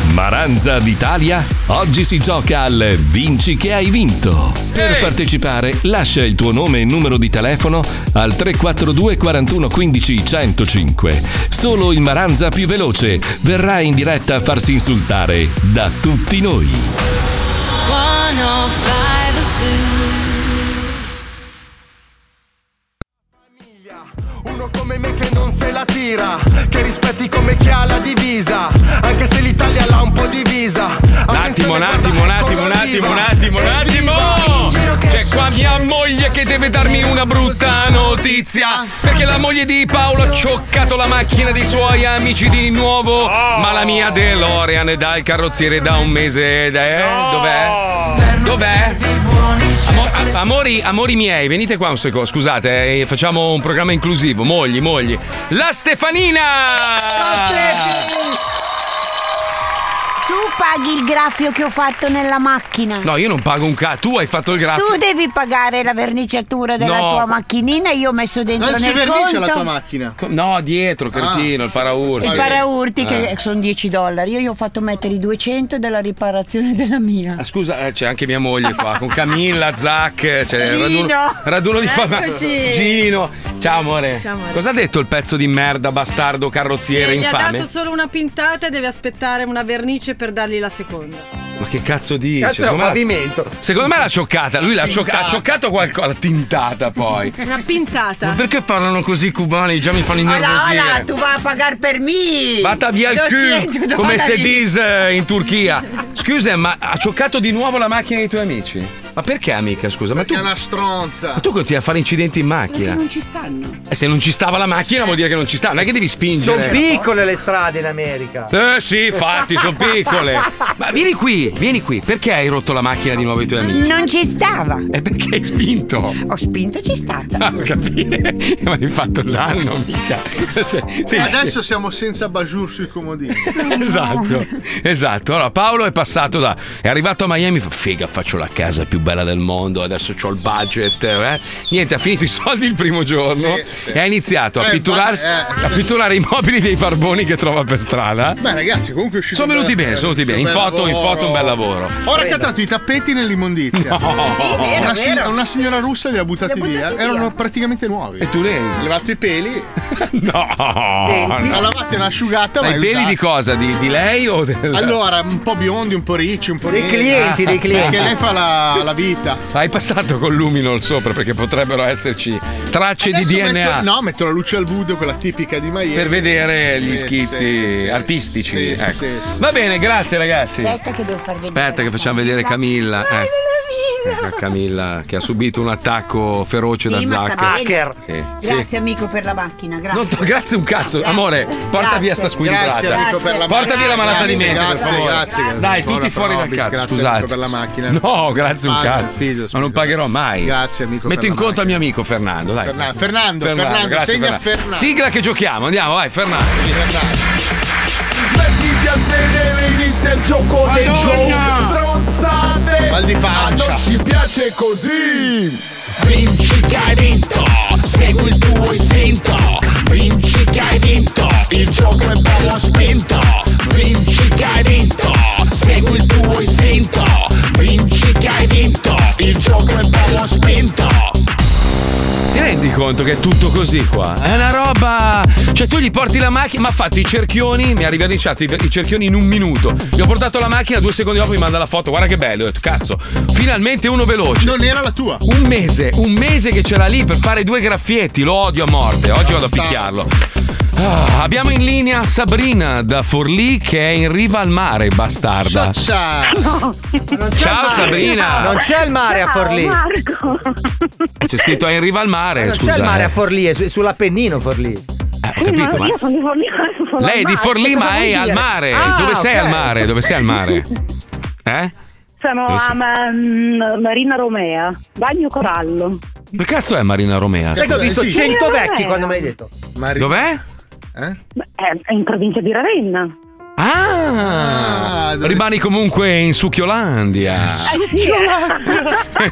[LAUGHS] Maranza d'Italia, oggi si gioca al Vinci che hai vinto. Per Ehi! partecipare lascia il tuo nome e numero di telefono al 342 41 15 105. Solo il Maranza più veloce verrà in diretta a farsi insultare da tutti noi. 105 Uno come me che non se la tira, che rispetti come chi ha la divisa, anche se l'Italia l'ha un po' divisa. ecco, Un attimo, un attimo, un attimo, un attimo, un attimo, un attimo! C'è qua mia moglie che deve darmi una brutta notizia! Perché la moglie di Paolo ha cioccato la macchina dei suoi amici di nuovo! Ma la mia DeLorean è dal carrozziere da un mese. ed è- Dov'è? Dov'è? Amo- a- amori, amori miei, venite qua un secondo, scusate, eh, facciamo un programma inclusivo. Mogli, mogli. La Stefanina! Ah. Tu paghi il graffio che ho fatto nella macchina. No, io non pago un ca. Tu hai fatto il grafico. Tu devi pagare la verniciatura della No. tua macchinina, io ho messo dentro Non si nel vernice conto la tua macchina. No, dietro, cretino, il paraurti. i paraurti che Eh. sono 10 dollari, io gli ho fatto mettere i 200 della riparazione [LAUGHS] della mia. Ah, scusa, eh, c'è anche mia moglie qua, con Camilla, Zac, eh, c'è Gino. raduno, raduno di fama. Eccoci. Gino, ciao amore. Ciao, amore. Cosa ha detto il pezzo di merda, bastardo, carrozziere, Gli ha infame? dato solo una pintata e deve aspettare una vernice per dargli la seconda. Ma che cazzo dici? Cazzo, è un pavimento. Secondo me l'ha cioccata, lui l'ha cioc- ha Tintata. cioccato qualcosa, l'ha tintata poi. Una pintata. Ma perché parlano così i cubani? Già mi fanno innervosire. Allora, tu vai a pagare per me. Vata via il 200 culo, come dollari. se dis eh, in Turchia. Scusa, ma ha cioccato di nuovo la macchina dei tuoi amici? Ma perché, amica? Scusa, ma tu, È una stronza. ma tu continui a fare incidenti in macchina? ci stanno. E se non ci stava la macchina vuol dire che non ci sta, non è che devi spingere. Sono piccole le strade in America. Eh sì, infatti, sono piccole. Ma vieni qui, vieni qui. Perché hai rotto la macchina di nuovo ai tuoi amici? Non ci stava. E perché hai spinto? Ho spinto, c'è stata. Ah, ho capito. [LAUGHS] Ma hai fatto il danno, mica. Sì, sì. Adesso siamo senza Bajur sui comodini. [LAUGHS] Esatto, esatto. Allora Paolo è passato da. È arrivato a Miami, fa figa, faccio la casa più bella del mondo, adesso ho il budget. eh." Niente, ha finito i soldi il primo giorno Sì, sì. e ha iniziato a, Eh, pitturarsi- infatti, eh. a pitturare i mobili dei barboni che trova per strada. [LAUGHS] Beh, ragazzi, comunque è uscito. Sono un venuti bel- bene, sono venuti bene. un In bel foto, in foto, un bel lavoro. Ho raccattato i tappeti nell'immondizia. No. Sì, vero, una, si- vero. una signora russa li ha buttati, via. Erano praticamente nuovi. E tu le. Ho levato i peli, No, la no. lavata e un'asciugata. Ma i peli di cosa? Di, di lei o del... Allora, un po' biondi, un po' ricci, un po' Dei neri. clienti, dei clienti. Perché lei fa la, la vita. Hai passato col luminol sopra perché potrebbero esserci tracce Adesso di DNA. metto- no, metto la luce al buio, quella tipica di Miami. per vedere gli Sì, schizzi sì, sì. artistici. Sì, ecco. sì, sì. Va bene, grazie ragazzi. Aspetta che devo far vedere. Aspetta che facciamo vedere Camilla. eh. Ecco, Camilla che ha subito un attacco feroce Sì, da ma sta Zac. bene. Hacker. Sì, sì. Grazie amico per la macchina, grazie. Non to- grazie un cazzo, amore, porta Grazie. via sta squilibrata. Grazie, amico, per la porta macchina. via la malata di Grazie, mente, per grazie, favore. grazie, grazie. Dai, Buona tutti fuori dal Fabris, cazzo, grazie, scusate. amico, per la macchina. [LAUGHS] No, grazie un Scusa, cazzo. Ma non pagherò mai. Grazie amico. Metto per in la conto al mio amico Fernando, dai. Fernando, Fernando, Fernando, Ecco. grazie, segna Fernando. Sigla che giochiamo, andiamo, vai Fernando. Mettiti a sedere, inizia Questo è il gioco dei giochi. Madonna! Stronzate. Mal di pancia. A noi ci piace così. Vinci che hai vinto. Segui il tuo istinto. Vinci che hai vinto. Il gioco è bello spinto. Vinci che hai vinto. Segui il tuo istinto. Vinci che hai vinto. Il gioco è bello spinto. Ti rendi conto che è tutto così qua? È una roba. Cioè, tu gli porti la macchina, ma ha fatto i cerchioni, mi ha riverniciato i, i cerchioni in un minuto. Gli ho portato la macchina, due secondi dopo mi manda la foto. Guarda che bello, ho detto, cazzo, finalmente uno veloce. Non era la tua. Un mese, un mese che c'era lì per fare due graffietti, lo odio a morte. Oggi vado a picchiarlo. Ah, abbiamo in linea Sabrina da Forlì che è in riva al mare, bastarda. Ciao, Sabrina. Non c'è il mare Ah, a Forlì. C'è scritto è in riva al mare. Non scusa, c'è il mare eh. a Forlì, è su- sull'Appennino Forlì. capito, ma- Io sono di Forlì, [LAUGHS] sono Lei è al di mare, Forlì, cosa ma vuol è al dire? mare. Ah, Dove sei ok. al mare? Dove sei al [LAUGHS] mare? Eh? Sono Dove sei? a ma- mm, Marina Romea, bagno corallo. Che cazzo è Marina Romea? Sai che ho visto Scusa. Sì. 100 vecchi quando me l'hai detto. Dov'è? eh, È è in provincia di Ravenna. Ah, rimani comunque in Succhiolandia. Eh, sì, Ah.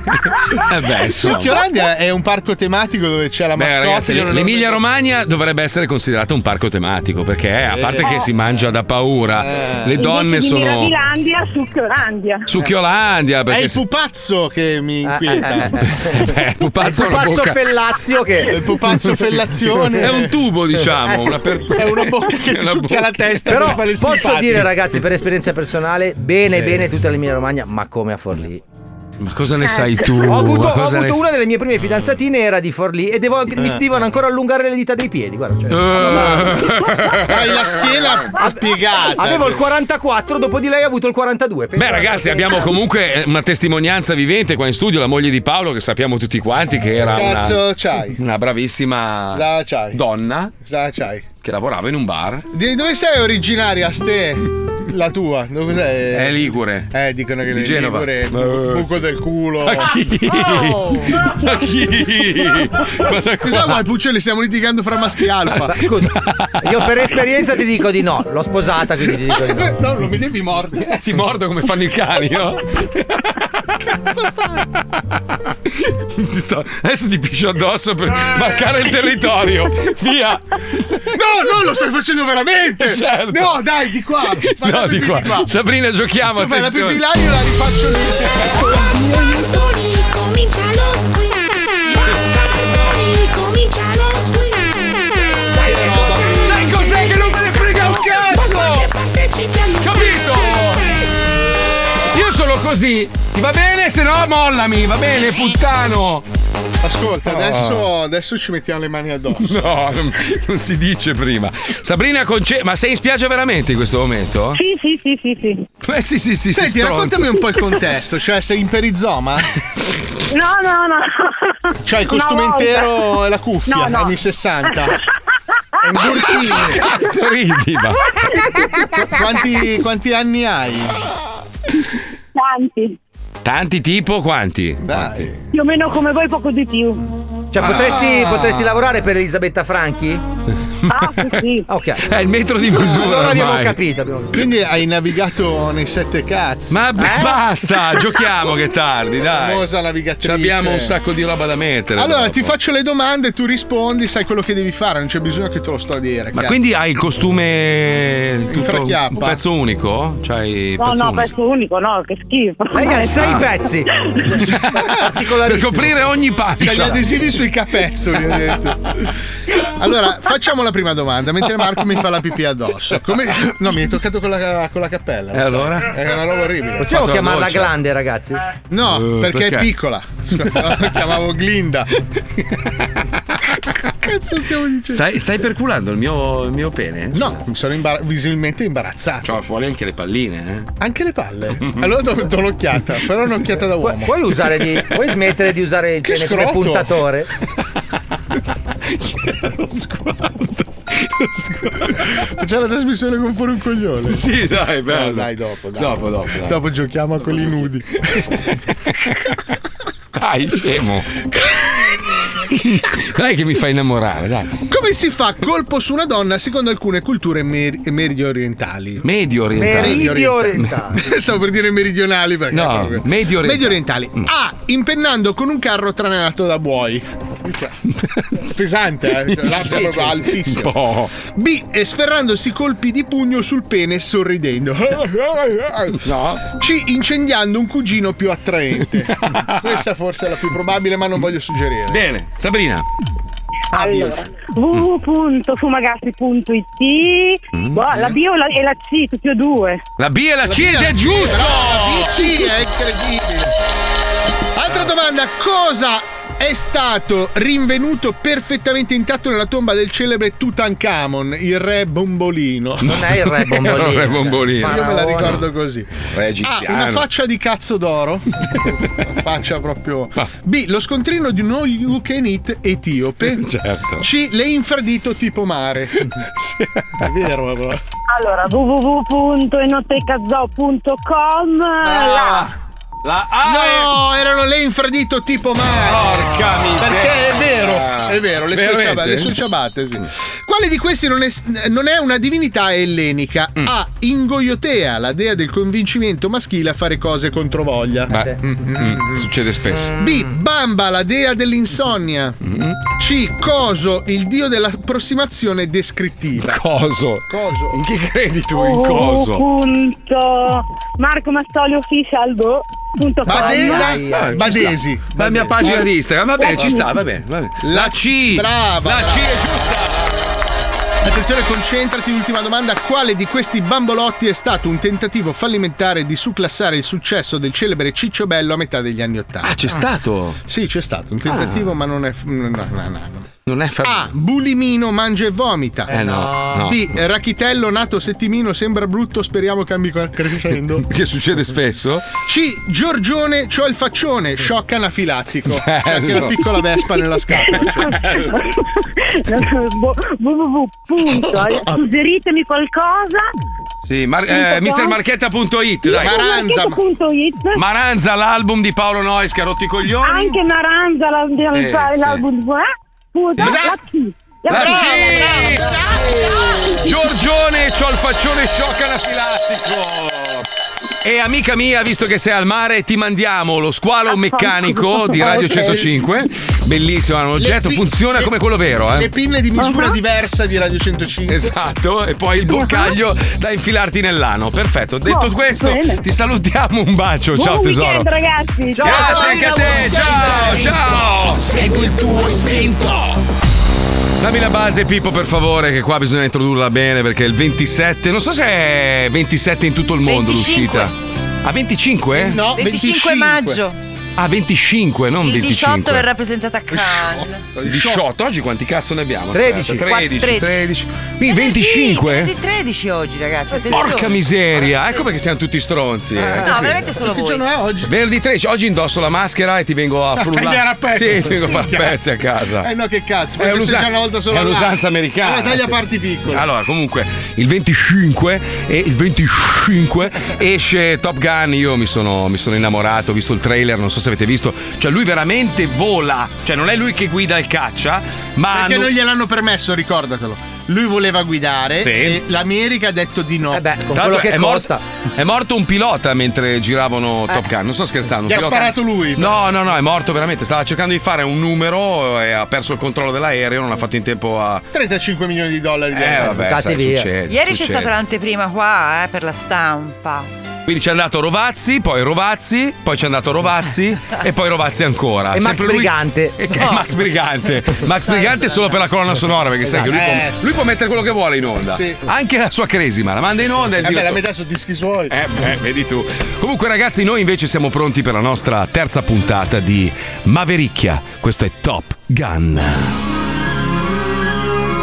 Eh [LAUGHS] beh, insomma. Succhiolandia è un parco tematico dove c'è la Beh, mascotte. ragazzi, io non lo- l'Emilia Romagna dovrebbe essere considerata un parco tematico perché, eh, a parte che si mangia da paura, Eh. le donne Invece Di sono. Mirabilandia, Succhiolandia. Succhiolandia È perché. il pupazzo che mi inquieta. [LAUGHS] Beh, pupazzo, Il è una pupazzo bocca- fellazio che- Il [LAUGHS] pupazzo fellazione. È un tubo, diciamo. Eh, sì. una per- È una bocca [LAUGHS] che è ti una succhia la testa Però per fare il posso simpatico. dire, ragazzi, per esperienza personale, bene, Sì. bene tutta l'Emilia Romagna, ma come a Forlì. Ma cosa Eh. ne sai tu? Ho avuto, Ma ho cosa avuto ne- Eh. una delle mie prime fidanzatine, era di Forlì, e devo- mi si devono ancora allungare le dita dei piedi. Guarda, [LAUGHS] cioè, Hai la schiena piegata. Avevo il 44, dopo di lei ho avuto il 42. Beh pensate. ragazzi abbiamo comunque eh, una testimonianza vivente qua in studio, la moglie di Paolo che sappiamo tutti quanti che era Cazzo una, c'hai? Esatto. una bravissima Cosa c'hai? donna Cosa c'hai? che lavorava in un bar. Di dove sei originaria, Ste? La tua? Dove sei? È Ligure. Eh, dicono che Di le Genova. Ligure Eh, buco sì. del culo. Ma [LAUGHS] chi? Oh. Ma chi? Guarda qua. Cosa vuoi, Puccioli? Stiamo litigando fra maschi e alfa. Scusa, Io [LAUGHS] per esperienza ti dico di no, l'ho sposata, quindi ti dico di no. No, non mi devi mordere. Eh, Si mordono come fanno i cani, no? [LAUGHS] Cazzo fai? Ti sto- Adesso ti piscio addosso Eh. per marcare il territorio. Via! No, non lo stai facendo veramente. Certo. No, dai, di qua. Fai la No, di pipì qua. Sabrina, giochiamo. Tu fai la attenzione. pipì là, io la rifaccio lì. Comincia lo squillare. Comincia lo squillare. Sai cos'è che non me ne frega un cazzo? Capito? Io sono così. Ti va bene? Se no, mollami. Va bene, puttano. Ascolta, No. adesso, adesso ci mettiamo le mani [LAUGHS] addosso. No, non, non si dice prima. Sabrina, conce- ma sei in spiaggia veramente in questo momento? Sì, sì, sì, sì, sì. Eh sì, sì, sì. Senti, sì, stronzo. raccontami un po' il contesto, cioè sei in [LAUGHS] perizoma? No, no, no. Cioè il Una costume volta. intero e la cuffia, No, no. eh, anni 60. [LAUGHS] Un burkini. Cazzo ridi, basta. [LAUGHS] Quanti, quanti anni hai? Tanti. Tanti tipo quanti? Quanti? Più o meno come voi, poco di più. Cioè, Ah. potresti, potresti lavorare per Elisabetta Franchi? Ah, sì. [LAUGHS] ok. È il metro di misura. Allora abbiamo ormai. capito, abbiamo Quindi hai navigato nei sette cazzi. Eh? Ma b- [LAUGHS] basta, giochiamo che è tardi, dai. Famosa navigatrice. Abbiamo un sacco di roba da mettere. Allora, dopo. ti faccio le domande, tu rispondi, sai quello che devi fare, non c'è bisogno che te lo sto a dire. Ma cazzo. [LAUGHS] quindi hai il costume tutto frachiappa. un pezzo unico? Cioè, il No, pezzo no, unico. pezzo unico, no, che schifo. Lei ha sei [LAUGHS] pezzi. Per coprire ogni pancia. C'ha Cioè, gli adesivi sui capezzoli. ho detto. Allora, facciamo la prima domanda. Mentre Marco mi fa la pipì addosso. Come- No, mi hai toccato con la, con la cappella. E allora? È una roba orribile. Possiamo Fatto la chiamarla doccia. glande, ragazzi? Eh, No, perché, è [LAUGHS] piccola. Scusa, La chiamavo Glinda. Cazzo stiamo dicendo? Stai, stai perculando il mio, il mio pene? No, mi sono imbar- visibilmente imbarazzato. C'ho fuori anche le palline, eh. Anche le palle. [LAUGHS] Allora do, do un'occhiata, però un'occhiata da uomo. Puoi, [LAUGHS] usare di, puoi smettere di usare il Che pene come scroto. puntatore? C'è la trasmissione con fuori un coglione. Sì, dai, bello. No, dai, dopo, dai. Dopo, dopo, dai. Dopo giochiamo [LAUGHS] a quelli nudi. [LAUGHS] Dai, scemo. Non è che mi fa innamorare, dai. Come si fa colpo su una donna secondo alcune culture mer- medio orientali? Medio orientale. [LAUGHS] Stavo per dire meridionali perché No, proprio- medio orientali. orientali. Mm. A. Ah, Impennando con un carro trainato da buoi. Cioè, Pesante, eh? Cioè, l'altro proprio altissimo. Boh. B. Esferrandosi colpi di pugno sul pene sorridendo. [LAUGHS] C. Incendiando un cugino più attraente. Questa forse è la più probabile, ma non voglio suggerire. Bene, Sabrina. Allora, www.fumagazzi.it Boh, la B o la, e la C, tutti e due. La B e la, C ed è giusto! Brava, sì, è incredibile. Altra domanda, cosa è stato rinvenuto perfettamente intatto nella tomba del celebre Tutankhamon, il re Bombolino? Non è [LAUGHS] il re Bombolino. [LAUGHS] cioè, Non è il re Bombolino. Io me la Faraone. ricordo così. Re A, egiziano. Ah, una faccia di [LAUGHS] cazzo d'oro. Una faccia proprio. Ah. B, lo scontrino di un all you can eat etiope. Certo. C, le infradito tipo mare. [LAUGHS] È vero, però. Allora, www.enotecazo.com La La No, erano le infradito tipo mare. Porca miseria. Perché è vero, è vero, le sue, Veramente? ciabatte, le sue ciabatte, sì. Quale di questi non è, non è una divinità ellenica? Mm. A. Ingoiotea, la dea del convincimento maschile a fare cose contro voglia. Beh, mm, mm, succede spesso. B. Bamba, la dea dell'insonnia. Mm. C. Coso, il dio dell'approssimazione descrittiva. Coso. Coso. In chi credi tu Oh, Punto Marco Mastolio Official boh, punto com. [LAUGHS] Ah, ci Badesi. sta. La mia pagina di Instagram, va bene, ci sta, va bene. va bene. La C. Brava. La C è giusta. Attenzione, concentrati, ultima domanda. Quale di questi bambolotti è stato un tentativo fallimentare di succlassare il successo del celebre Ciccio Bello a metà degli anni Ottanta? Ah, c'è stato. Ah. Sì, c'è stato un tentativo, ma non è. No, no, no. no. Non è fa- A. Bulimino mangia e vomita. Eh, no, no. B. Rachitello nato settimino sembra brutto, speriamo cambi qua- crescendo. [LAUGHS] Che succede spesso? C. Giorgione, c'ho il faccione, shock anafilattico. C'è anche la Bello. [LAUGHS] piccola vespa nella scatola. Boh, www. punto, eh, Suggeritemi qualcosa Sì, mar- eh, mistermarchetta.it, dai. Maranza.it Maranza, l'album di Paolo Nois che ha rotto i coglioni. Ah. Anche Maranza la, la, Sì, la- sì. l'album eh? Scusa, Bra- la C La brava, C! Giorgione, c'ho il faccione shock anafilattico. E amica mia, visto che sei al mare, ti mandiamo lo squalo [LAUGHS] meccanico di Radio Ah, Ok. 105. Bellissimo, è un oggetto, Le pi- funziona le- come quello vero, eh. Le pinne di misura diversa di Radio 105. Esatto, e poi il boccaglio da infilarti nell'ano. Perfetto. Detto Oh, questo, bene. ti salutiamo, un bacio. Ciao Buon tesoro. weekend, ragazzi Grazie anche a te. Ciao, ciao. Segui il tuo istinto. Dammi la base, Pippo, per favore, che qua bisogna introdurla bene perché il 27, non so se è 27 in tutto il mondo 25. l'uscita. A 25? No, 25 maggio. Ah, 25, non Il 18 25. verrà presentata a Cannes. 18, oggi quanti cazzo ne abbiamo? 13. Aspetta, 13, 13. Quattro- Quindi 25? 13 oggi, ragazzi. Eh, attenzione. Porca miseria, ecco perché siamo tutti stronzi. Ah. eh. No, veramente solo voi. eh, Venerdì 13, oggi indosso la maschera e ti vengo a A frullare. tagliare a pezzi. Sì, ti vengo a fare a pezzi a casa. Eh no, che cazzo, È perché un'usa- c'è già una volta solo è là. un'usanza americana, Allora, taglia sì. parti piccole. Allora, comunque, il 25 e il 25 esce Top Gun. Io mi sono, mi sono innamorato, ho visto il trailer, non so se avete visto. Cioè, lui veramente vola. Cioè, non è lui che guida il caccia, ma. Perché hanno- non gliel'hanno permesso, ricordatelo. Lui voleva guidare Sì. e l'America ha detto di no. Tra l'altro è Morto, è morto un pilota mentre Eh. giravano Top Gun. Non sto scherzando. un Gli ha pilota- sparato lui. No, no, no, è morto veramente. Stava cercando di fare un numero e ha perso il controllo dell'aereo. Non ha fatto in tempo a. 35 milioni di dollari di Eh, euro. vabbè, Buttate sai, via. succede. Ieri c'è succede. stata l'anteprima qua eh, per la stampa. Quindi c'è andato Rovazzi, poi Rovazzi, poi c'è andato Rovazzi e poi Rovazzi ancora. E Max Sempre lui- Brigante. [LAUGHS] E che- Max Brigante. Max Brigante solo per la colonna sonora, perché sai che lui, Eh, può, lui può mettere quello che vuole in onda. Sì. Anche la sua cresima, la manda in onda. e il Eh beh, la direttore- metà sono dischi suoi. Eh beh, vedi tu. Comunque, ragazzi, noi invece siamo pronti per la nostra terza puntata di Mavericchia. Questo è Top Gun.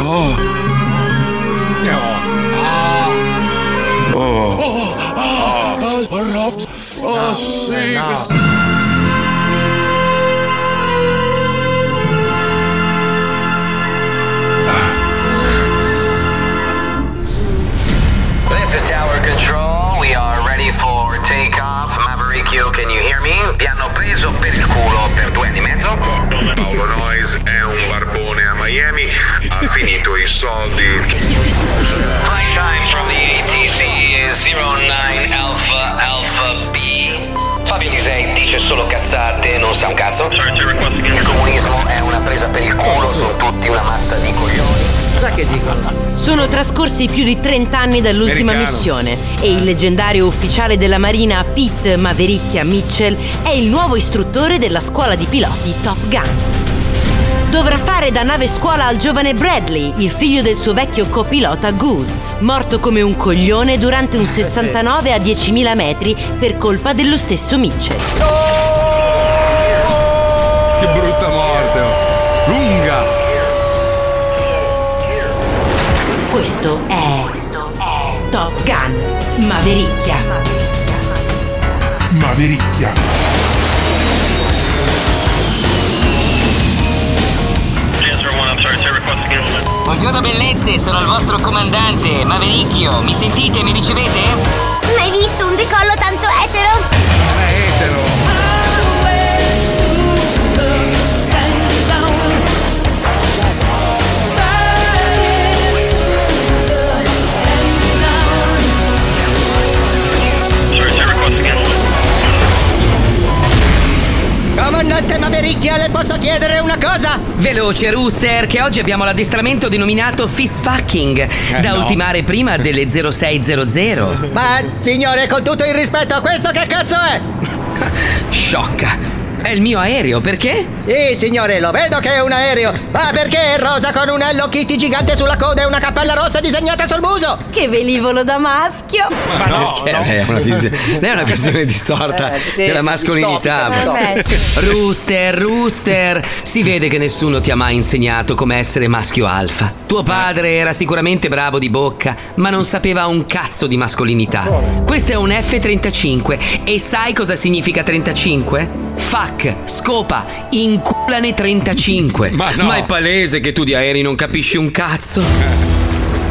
Oh. Oh. Cioè, Oh, oh, oh, sì. This is Tower Control. We are ready for takeoff. Mavericchio, can you hear Army vi hanno preso per il culo per due anni e mezzo. Paolo Noyes è un barbone a Miami, ha finito i soldi. Flight time from the ATC is 09 Alpha Alpha B. Fabio Lisei dice solo cazzate, non sa un cazzo. Il comunismo è una presa per il culo, sono tutti una massa di coglioni. Sai che dicono? Sono trascorsi più di 30 anni dall'ultima Americano. missione e il leggendario ufficiale della Marina Pete Mavericchia Mitchell è il nuovo istruttore della scuola di piloti Top Gun. Dovrà fare da nave scuola al giovane Bradley, il figlio del suo vecchio copilota Goose, morto come un coglione durante un 69 a 10.000 metri per colpa dello stesso Mitchell. Che brutta morte! oh. Lunga! Questo è Top Gun Mavericchia. Mavericchia. Buongiorno bellezze, sono il vostro comandante, Mavericchio. Mi sentite, mi ricevete? Mai visto un decollo tanto etero? Comandante Mavericchia, le posso chiedere una cosa? Veloce, Rooster, che oggi abbiamo l'addestramento denominato fist fucking, Eh, da no. ultimare prima delle [LAUGHS] 0600. Ma, signore, con tutto il rispetto, questo che cazzo è? Sciocca! È il mio aereo, perché? Sì, signore, lo vedo che è un aereo. Ma perché è rosa con un Hello Kitty gigante sulla coda e una cappella rossa disegnata sul muso? Che velivolo da maschio! Ma no, Eh, È, una [LAUGHS] visione, è una visione distorta Eh, sì, della sì, mascolinità. distopica, ma- Rooster, Rooster, si vede che nessuno ti ha mai insegnato come essere maschio alfa. Tuo padre era sicuramente bravo di bocca, ma non sapeva un cazzo di mascolinità. Questo è un F35 e sai cosa significa 35? Fuck, scopa, inculane 35. Ma, è palese che tu di aerei non capisci un [LAUGHS] cazzo.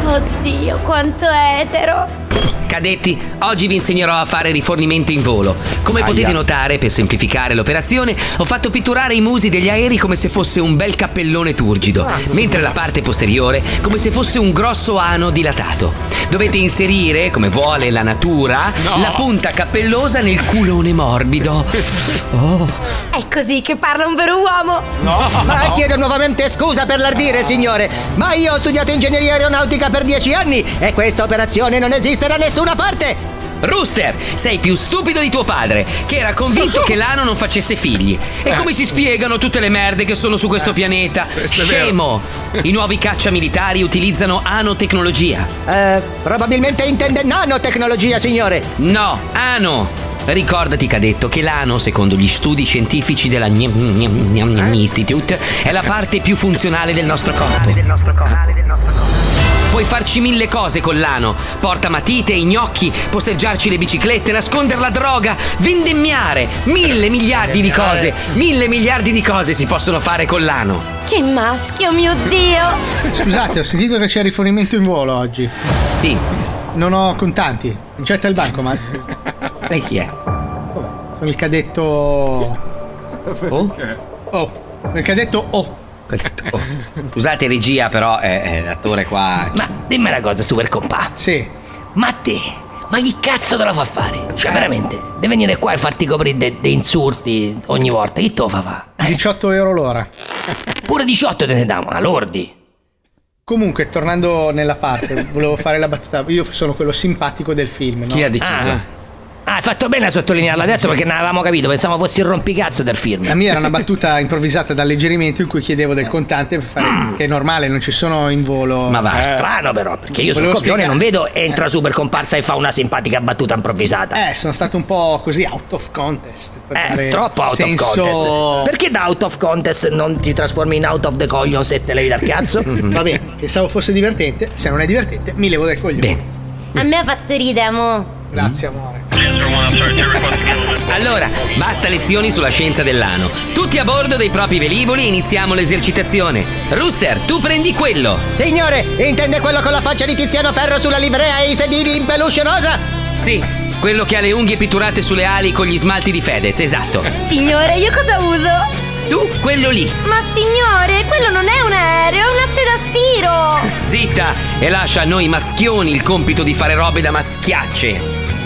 Oddio, quanto è etero! Cadetti, oggi vi insegnerò a fare rifornimento in volo. Come Aia. potete notare, per semplificare l'operazione, ho fatto pitturare i musi degli aerei come se fosse un bel cappellone turgido, mentre la parte posteriore come se fosse un grosso ano dilatato. Dovete inserire, come vuole la natura, la punta cappellosa nel culone morbido. Oh. È così che parla un vero uomo! Ma chiedo nuovamente scusa per l'ardire, signore. Ma io ho studiato ingegneria aeronautica per dieci anni e questa operazione non esiste da nessuna parte. Rooster, sei più stupido di tuo padre, che era [LAUGHS] convinto che l'ano non facesse figli. E come si spiegano tutte le merde che sono su questo pianeta? Eh. questo è vero. Scemo! I nuovi caccia militari utilizzano anotecnologia. Eh, probabilmente intende nanotecnologia, signore. No, ano! Ricordati, cadetto, che l'ano, secondo gli studi scientifici della Gnam Gnam Gnam Gnam Institute, è la parte più funzionale del nostro corpo. Puoi farci mille cose con l'ano. Porta matite, i gnocchi, posteggiarci le biciclette, nascondere la droga, vendemmiare. Mille miliardi di cose. Mille miliardi di cose si possono fare con l'ano. Che maschio, mio dio! Scusate, ho sentito che c'è rifornimento in volo oggi. Sì. Non ho contanti. Getta il banco, ma. Lei chi è? Sono il cadetto. Oh? Oh. Il cadetto O. Oh. Scusate regia, però eh, eh, l'attore qua. Ma dimmi una cosa, super compà. Sì. Ma te, ma chi cazzo te la fa fare? Cioè, veramente, devi venire qua e farti coprire dei insulti ogni volta. Chi te lo fa fa? 18 euro l'ora. Pure 18 te ne dà, ma lordi. Comunque, tornando nella parte, volevo fare la battuta. Io sono quello simpatico del film. No? Ah. Ah, hai fatto bene a sottolinearlo adesso perché non avevamo capito, pensavo fossi il rompicazzo del film. La mia era una battuta improvvisata da alleggerimento in cui chiedevo del contante per fare che è normale, non ci sono in volo. Ma va, Eh. strano però, perché io sul Eh. Volevo copione spiegare- non vedo entra Eh. super comparsa e fa una simpatica battuta improvvisata. Eh, sono stato un po' così out of contest. per dare Eh, troppo out senso- of contest. Perché da out of contest non ti trasformi in out of the coglion se te levi dal cazzo? [LAUGHS] Va bene, pensavo fosse divertente. Se non è divertente, mi levo del coglione. A me ha fatto ridere, mo! Grazie, Mm. amore. Allora, basta lezioni sulla scienza dell'ano. Tutti a bordo dei propri velivoli e iniziamo l'esercitazione. Rooster, tu prendi quello. Signore, intende quello con la faccia di Tiziano Ferro sulla livrea e i sedili in peluche rosa? Sì, Quello che ha le unghie pitturate sulle ali con gli smalti di Fedez, esatto. Signore, io cosa uso? Tu, quello lì. Ma signore, quello non è un aereo, è una sega a stiro! Zitta e lascia a noi maschioni il compito di fare robe da maschiacce.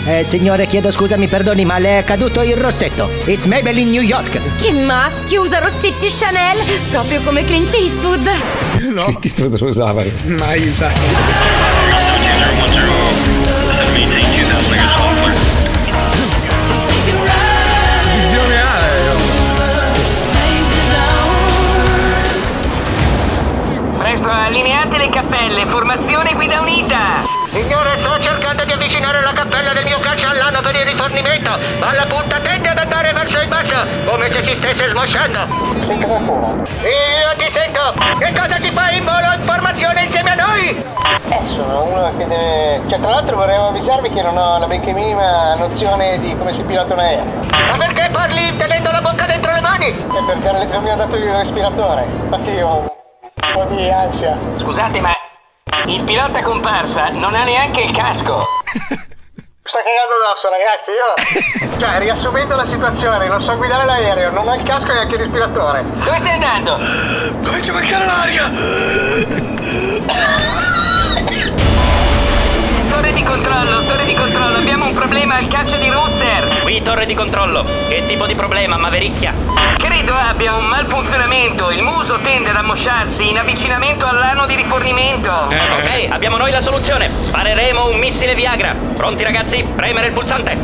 Eh, signore, chiedo scusa, mi perdoni, ma le è caduto il rossetto. It's Maybelline New York. Che maschio usa Rossetti e Chanel, proprio come Clint Eastwood! No. Chi se lo usava? Ma aiuta. Preso, allineate le cappelle, formazione guida unita. Signore, sto cercando di avvicinare la cappella del mio calcio all'anno per il rifornimento, ma la punta tende ad andare verso il basso, come se si stesse smosciando. Senti qualcuno? Io ti sento! Che cosa ci fai in volo in formazione insieme a noi? Eh, sono uno che deve... Cioè, tra l'altro volevo avvisarvi che non ho la benché minima nozione di come si pilota un aereo. Ma perché parli tenendo la bocca dentro le mani? E perché non- non mi ha dato il respiratore. Infatti io ho un po' di ansia. Scusate, ma il pilota comparsa non ha neanche il [LAUGHS] casco. Sto cagando addosso, ragazzi, [LAUGHS] io... Cioè, riassumendo la situazione, non so guidare l'aereo, non ho il casco e neanche il respiratore. Dove stai andando? Comincia a mancare l'aria! Torre di controllo, torre di controllo, abbiamo un problema al calcio di Rooster. Qui torre di controllo. Che tipo di problema, Mavericchia? Credo abbia un malfunzionamento, il muso tende ad ammosciarsi in avvicinamento all'anno di rifornimento. Ok, abbiamo noi la soluzione. Spareremo un missile Viagra. Pronti ragazzi? Premere il pulsante.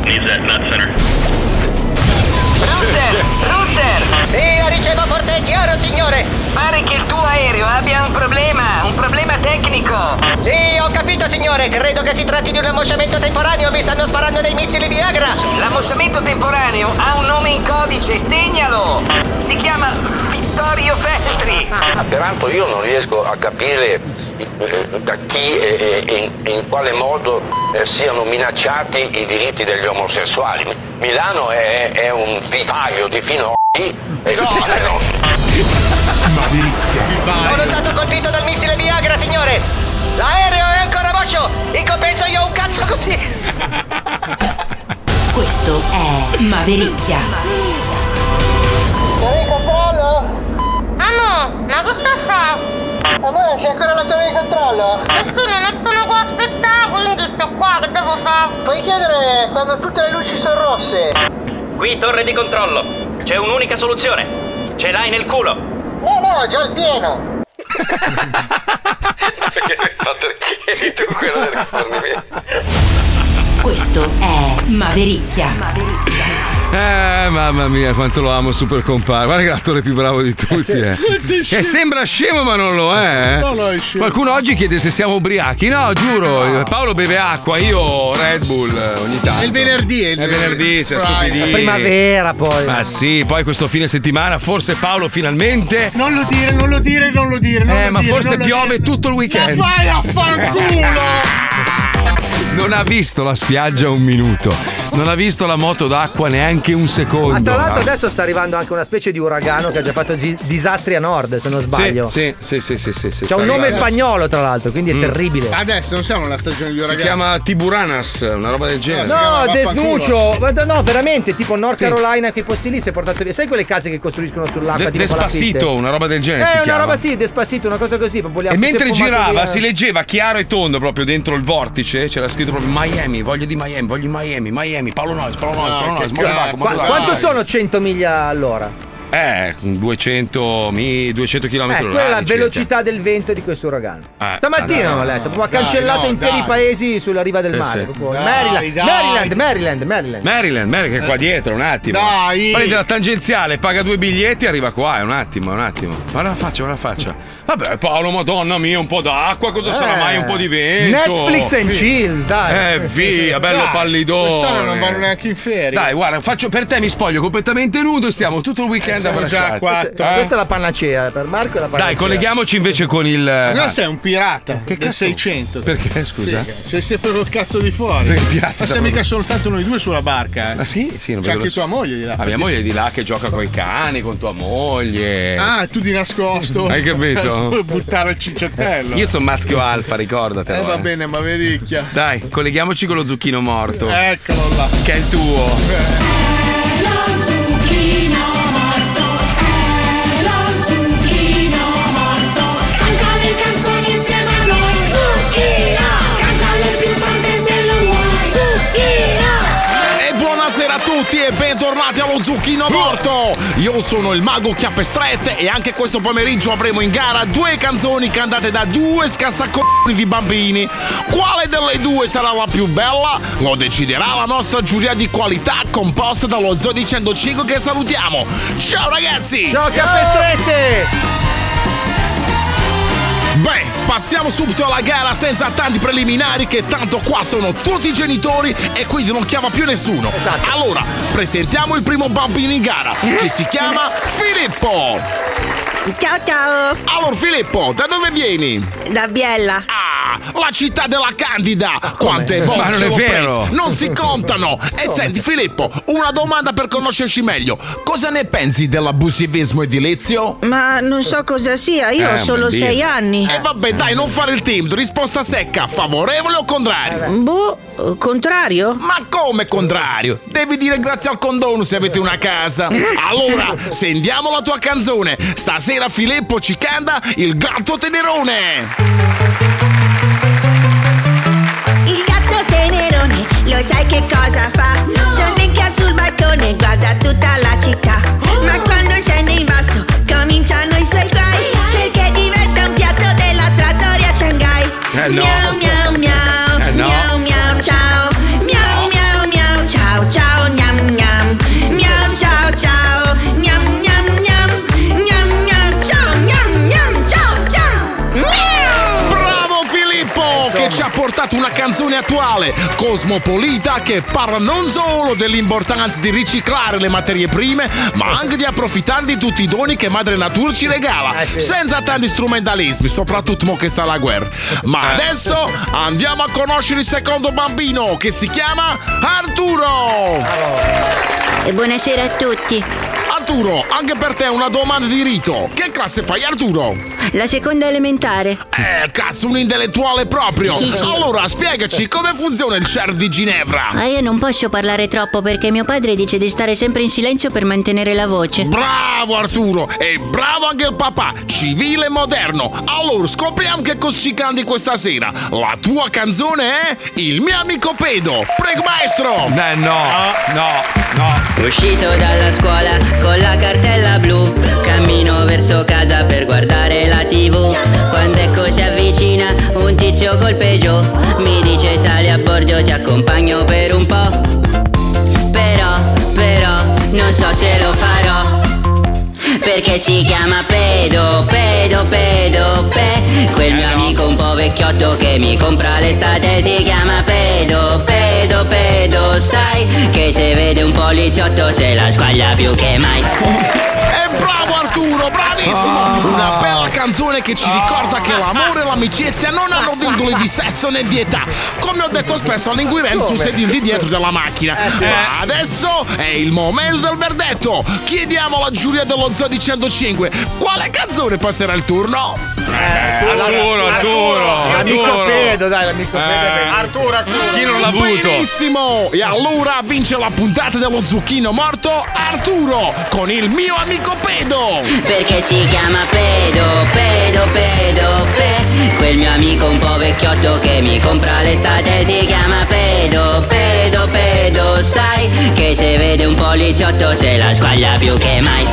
Rooster, Rooster! Sì, io ricevo forte e chiaro, signore! Pare che il tuo aereo abbia un problema, un problema tecnico. Sì, ho capito, signore! Credo che si tratti di un ammosciamento temporaneo, mi stanno sparando dei missili Viagra! L'ammosciamento temporaneo ha un nome in codice, segnalo! Si chiama Vittorio Feltri! Peraltro io non riesco a capire eh, da chi e, e- e in, in quale modo eh, siano minacciati i diritti degli omosessuali. Milano è, è un vivaio di finocchi. No, Sono stato colpito dal missile Viagra, signore! L'aereo è ancora moscio! In compenso io ho un cazzo così! Eh Questo è Mavericchia. Torre di controllo? Ah no, ma cosa fa? Amore, c'è ancora la torre di controllo? Nessuno non sono qua a aspettare, quindi sto qua, che devo fare? Puoi chiedere quando tutte le luci sono rosse? Qui torre di controllo. C'è un'unica soluzione. Ce l'hai nel culo. No, no, già il pieno! ma perché eri tu quello [LAUGHS] del rifornimento? Questo è Mavericchia. Eh, mamma mia, quanto lo amo, super compare. Guarda che è l'attore più bravo di tutti. eh. Quanto è Che scemo. sembra scemo, ma non lo è. eh. No, no, è scemo. Qualcuno oggi chiede se siamo ubriachi. No, giuro. eh, Paolo beve acqua, io Red Bull eh, ogni tanto. È il venerdì, è il È venerdì, si Sprite. assopidì. È primavera, poi. Ma sì, poi questo fine settimana, forse Paolo finalmente. Non lo dire, non lo dire, non lo dire. non eh, lo ma dire, forse non lo piove tutto il dire. weekend. Ma vai a fanculo! Non ha visto la spiaggia un minuto. Non ha visto la moto d'acqua neanche un secondo. Ah. Ma Ah, tra l'altro adesso sta arrivando anche una specie di uragano che ha già fatto gi- disastri a nord, se non sbaglio. Sì, sì, sì, sì, sì, sì, C'è un sta nome arrivando. spagnolo, tra l'altro, quindi è Mm. terribile. Adesso non siamo nella stagione di Si uragani. chiama Tiburanas, una roba del genere. No, Desnucio, De- ma no, veramente, tipo North Carolina, quei posti lì si è portato via. Sai quelle case che costruiscono sull'acqua? tipo Despassito, palafitte? una roba del Eh, genere. una si chiama. roba sì, Despassito, una cosa così. Proprio E mentre girava si leggeva chiaro e tondo proprio dentro il vortice, c'era scritto proprio Miami, voglio di Miami, voglio Miami, Miami, Paolo Noyes, Paolo Noyes, Ah, Paolo che Noyes, cazzo. Monaco, Qua- Monaco. Quanto sono 100 miglia all'ora? Eh, 200, mi- 200 km Eh, orari. quella è la circa. velocità del vento di questo uragano. cioè. Eh, Stamattina ah, no. ho letto, proprio ha Dai, cancellato no, interi dai. paesi sulla riva del Eh, mare. sì. proprio. Dai, Maryland, dai. Maryland, Maryland, Maryland. Maryland, Maryland che Eh. è qua Eh, dietro, un attimo. Dai. Prende la tangenziale, paga due biglietti e arriva qua, è un attimo, è un attimo. Guarda la faccia, guarda la faccia. Vabbè Paolo, madonna mia, un po' d'acqua, cosa sarà Eh. mai un po' di vento? Netflix and Sì. chill, dai. Eh via, bello Dai, pallidone. Quest'anno non vanno neanche in ferie. Dai, guarda, faccio per te mi spoglio completamente nudo e stiamo tutto il weekend senza Eh, siamo già bracciati. a quattro. Eh? Questa è la panacea, per Marco è la panacea. Dai, colleghiamoci invece con il. No, eh. sei un pirata Eh, Che che del cazzo? 600. Perché, scusa? Figa, C'è sempre col cazzo di fuori. Perché piazza Ma siamo proprio. mica soltanto noi due sulla barca. eh. Ah, sì? Sì, non C'è vedo anche lo- tua moglie di là. Ah, mia moglie è di là che gioca con i cani, con tua moglie. Ah, tu di nascosto. Hai [LAUGHS] capito? Puoi buttare il cicciottello. Io sono maschio alfa, ricordatelo. Eh, va eh. bene, ma vericchia. Dai, colleghiamoci con lo zucchino morto. Eccolo là. Che è il tuo. Lo zucchino morto, è lo zucchino morto. Canta le canzoni insieme a noi. Zucchino, cantale più forte se lo vuoi. Zucchino. E buonasera a tutti e bentornati allo Zucchino Morto! Io sono il mago Chiappestrette e anche questo pomeriggio avremo in gara due canzoni cantate da due scassacconi di bambini. Quale delle due sarà la più bella? Lo deciderà la nostra giuria di qualità composta dallo Zoo di 105 che salutiamo. Ciao ragazzi! Ciao Cappestrette! Beh, passiamo subito alla gara senza tanti preliminari che tanto qua sono tutti i genitori e quindi non chiama più nessuno. Esatto. Allora, presentiamo il primo bambino in gara che si chiama Filippo. Ciao ciao! Allora Filippo, da dove vieni? Da Biella! Ah, la città della Candida! Quante volte Ma non ce è l'ho vero. preso? Non si contano! E senti Filippo, una domanda per conoscerci meglio. Cosa ne pensi dell'abusivismo edilizio? Ma non so cosa sia, io ho Eh, un solo bambino. sei anni. E Eh, vabbè, dai, non fare il team. Risposta secca, favorevole o contrario? Boh, contrario? Ma come contrario? Devi dire grazie al condono se avete [LAUGHS] una casa. Allora, sentiamo la tua canzone. Stasera Filippo ci canta Il gatto tenerone. Il gatto tenerone, lo sai che cosa fa? Sonnecchia sul balcone, guarda tutta la città. Ma quando scende in basso, cominciano i suoi guai. Perché diventa un piatto della trattoria a Shanghai. Eh, no. Miau miau miau, Eh, no. miau miau ciao. Miau miau miau ciao ciao gnam gnam. Miau ciao ciao, gnam gnam gnam. Gnam gnam ciao, gnam gnam ciao ciao. Miau! Bravo Filippo che ci ha portato una canzone attuale, cosmopolita, che parla non solo dell'importanza di riciclare le materie prime, ma anche di approfittare di tutti i doni che madre natura ci regala, senza tanti strumentalismi, soprattutto mo che sta la guerra. Ma adesso andiamo a conoscere il secondo bambino che si chiama Arturo. E buonasera a tutti. Arturo, anche per te una domanda di rito. Che classe fai Arturo? La seconda elementare. Eh, cazzo, un intellettuale proprio! Sì, sì. Allora, spiegaci come funziona il CER di Ginevra! Ma Ah, io non posso parlare troppo perché mio padre dice di stare sempre in silenzio per mantenere la voce. Bravo Arturo e bravo anche il papà, civile e moderno. Allora scopriamo che cosa ci canti questa sera. La tua canzone è Il mio amico pedo. Prego maestro! Eh no, no, no. Uscito dalla scuola con la cartella blu, cammino verso casa per guardare la tv. Quando ecco si avvicina un tizio col peggio, mi dice sali a bordo, ti accompagno per un po'. Però, però, non so se lo farò. Perché si chiama pedo, pedo, pedo, pe Quel mio amico un po' vecchiotto che mi compra l'estate Si chiama pedo, pedo, pedo Sai che se vede un poliziotto se la squaglia più che mai E bravo Arturo, Ah. bravissimo! Una bella canzone che ci ricorda che l'amore e l'amicizia non hanno Ah. vincoli di sesso né di età. Come ho detto spesso all'inguirente sul Come? sedile di dietro della macchina. Eh, sì. Ma adesso è il momento del verdetto. Chiediamo alla giuria dello Zoo di 105 quale canzone passerà il turno. Eh, Arturo, Arturo, Arturo. Eh, Chi non l'ha avuto? Benissimo! E allora vince la puntata dello zucchino morto Arturo con il mio amico Pedo! Perché si chiama pedo, pedo, pedo, pe Quel mio amico un po' vecchiotto che mi compra l'estate Si chiama pedo, pedo, pedo Sai che se vede un poliziotto se la squaglia più che mai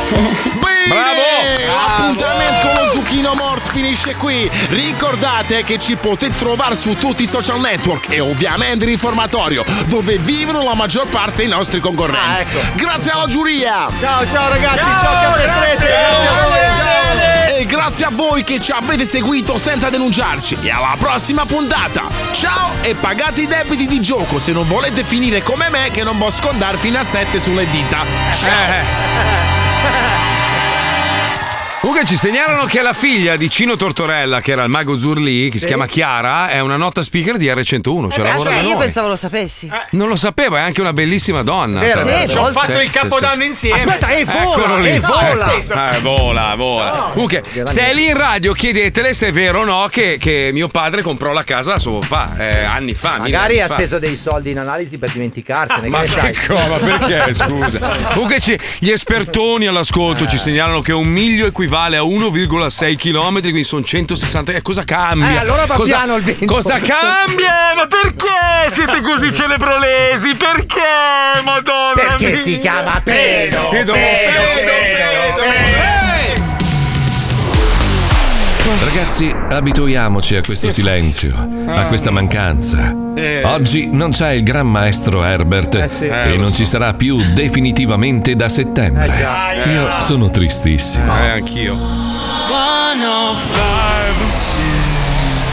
Bravo! L'appuntamento con lo Zucchino Mort finisce qui. Ricordate che ci potete trovare su tutti i social network e ovviamente il riformatorio, dove vivono la maggior parte dei nostri concorrenti. Grazie alla giuria! Ah, ecco. Ciao, ciao ragazzi, ciao, Cappestrette, grazie a voi, ciao! E grazie a voi che ci avete seguito senza denunciarci. E alla prossima puntata. Ciao e pagate i debiti di gioco se non volete finire Eh, come me che non posso contare fino a 7 sulle dita. Ciao! Comunque ci segnalano che la figlia di Cino Tortorella, che era il mago Zurli, che si chiama Chiara, è una nota speaker di R101. Cioè ah lavora da sì, io noi. pensavo lo sapessi. Non lo sapevo, è anche una bellissima donna. Eh, Vero, tra l'altro. vero. Ci ho fatto il Capodanno insieme. Aspetta, e vola, Eccolo lì. e vola. Eh, sì, eh, vola, vola. Comunque, se è lì in radio, chiedetele se è vero o no che, che mio padre comprò la casa a suo papà eh, anni fa. mille Magari anni ha fa. speso dei soldi in analisi per dimenticarsene. Ma che ne sai? che co- ma perché scusa? Comunque ci- gli espertoni all'ascolto Eh. ci segnalano che un miglio equivale a 1,6 km, quindi sono 160. eh, cosa cambia? Eh, allora va cosa, piano il vento. Cosa cambia? Ma perché siete così celebrolesi? Perché? Madonna! Perché mia! si chiama pedo, Pedo, pedo, pedo, Ragazzi, abituiamoci a questo silenzio, a questa mancanza. Eh. Oggi non c'è il gran maestro Herbert Eh sì. Eh, e lo non so. ci sarà più definitivamente da settembre. Eh già. Eh, Io lo so. sono tristissimo. Eh, anch'io.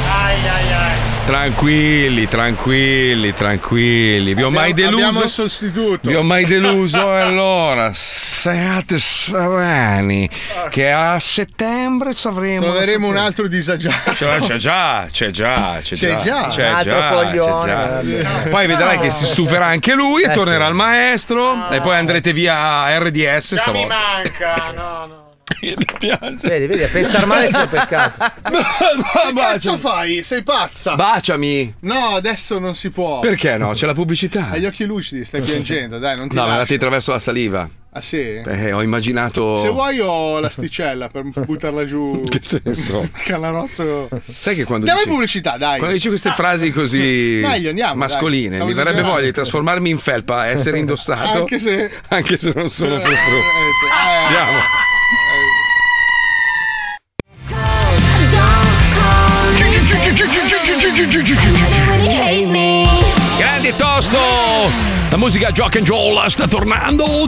Ai ai ai. Tranquilli, tranquilli, tranquilli. Vi ho mai Abbiamo- deluso? Abbiamo il sostituto. Vi ho mai deluso? E allora, siate sereni, che a settembre ci avremo. [LAUGHS] Troveremo un altro disagiato. C'è, c'è già, c'è già, c'è C'è già, già. c'è Un altro già, coglione. c'è già. Poi vedrai che si stuferà anche lui e Eh, tornerà al maestro. E poi andrete via a RDS Mi stavolta. manca, [LAUGHS] no, no. [LAUGHS] Vedi, vedi, a pensare male è un peccato. che cazzo fai? Sei pazza? Baciami. No, adesso non si può. Perché no? C'è la pubblicità. [LAUGHS] Hai gli occhi [LAUGHS] lucidi, stai piangendo, dai, non ti No, me la lascio. ti attraverso la saliva. Ah sì? Eh, ho immaginato. Se [LAUGHS] vuoi ho l'asticella per buttarla giù. Che senso? Canarozzo. Sai che quando Dammi dici, pubblicità, dai. quando dici queste [LAUGHS] frasi così Meglio, andiamo, mascoline, dai. Stavo mi verrebbe esagerando. voglia di trasformarmi in felpa, [LAUGHS] essere indossato. Anche se- anche se non sono Ah, Eh, proprio. [LAUGHS] eh, sì. Eh, Andiamo. Grande tosto! La musica Jock and Joel sta tornando.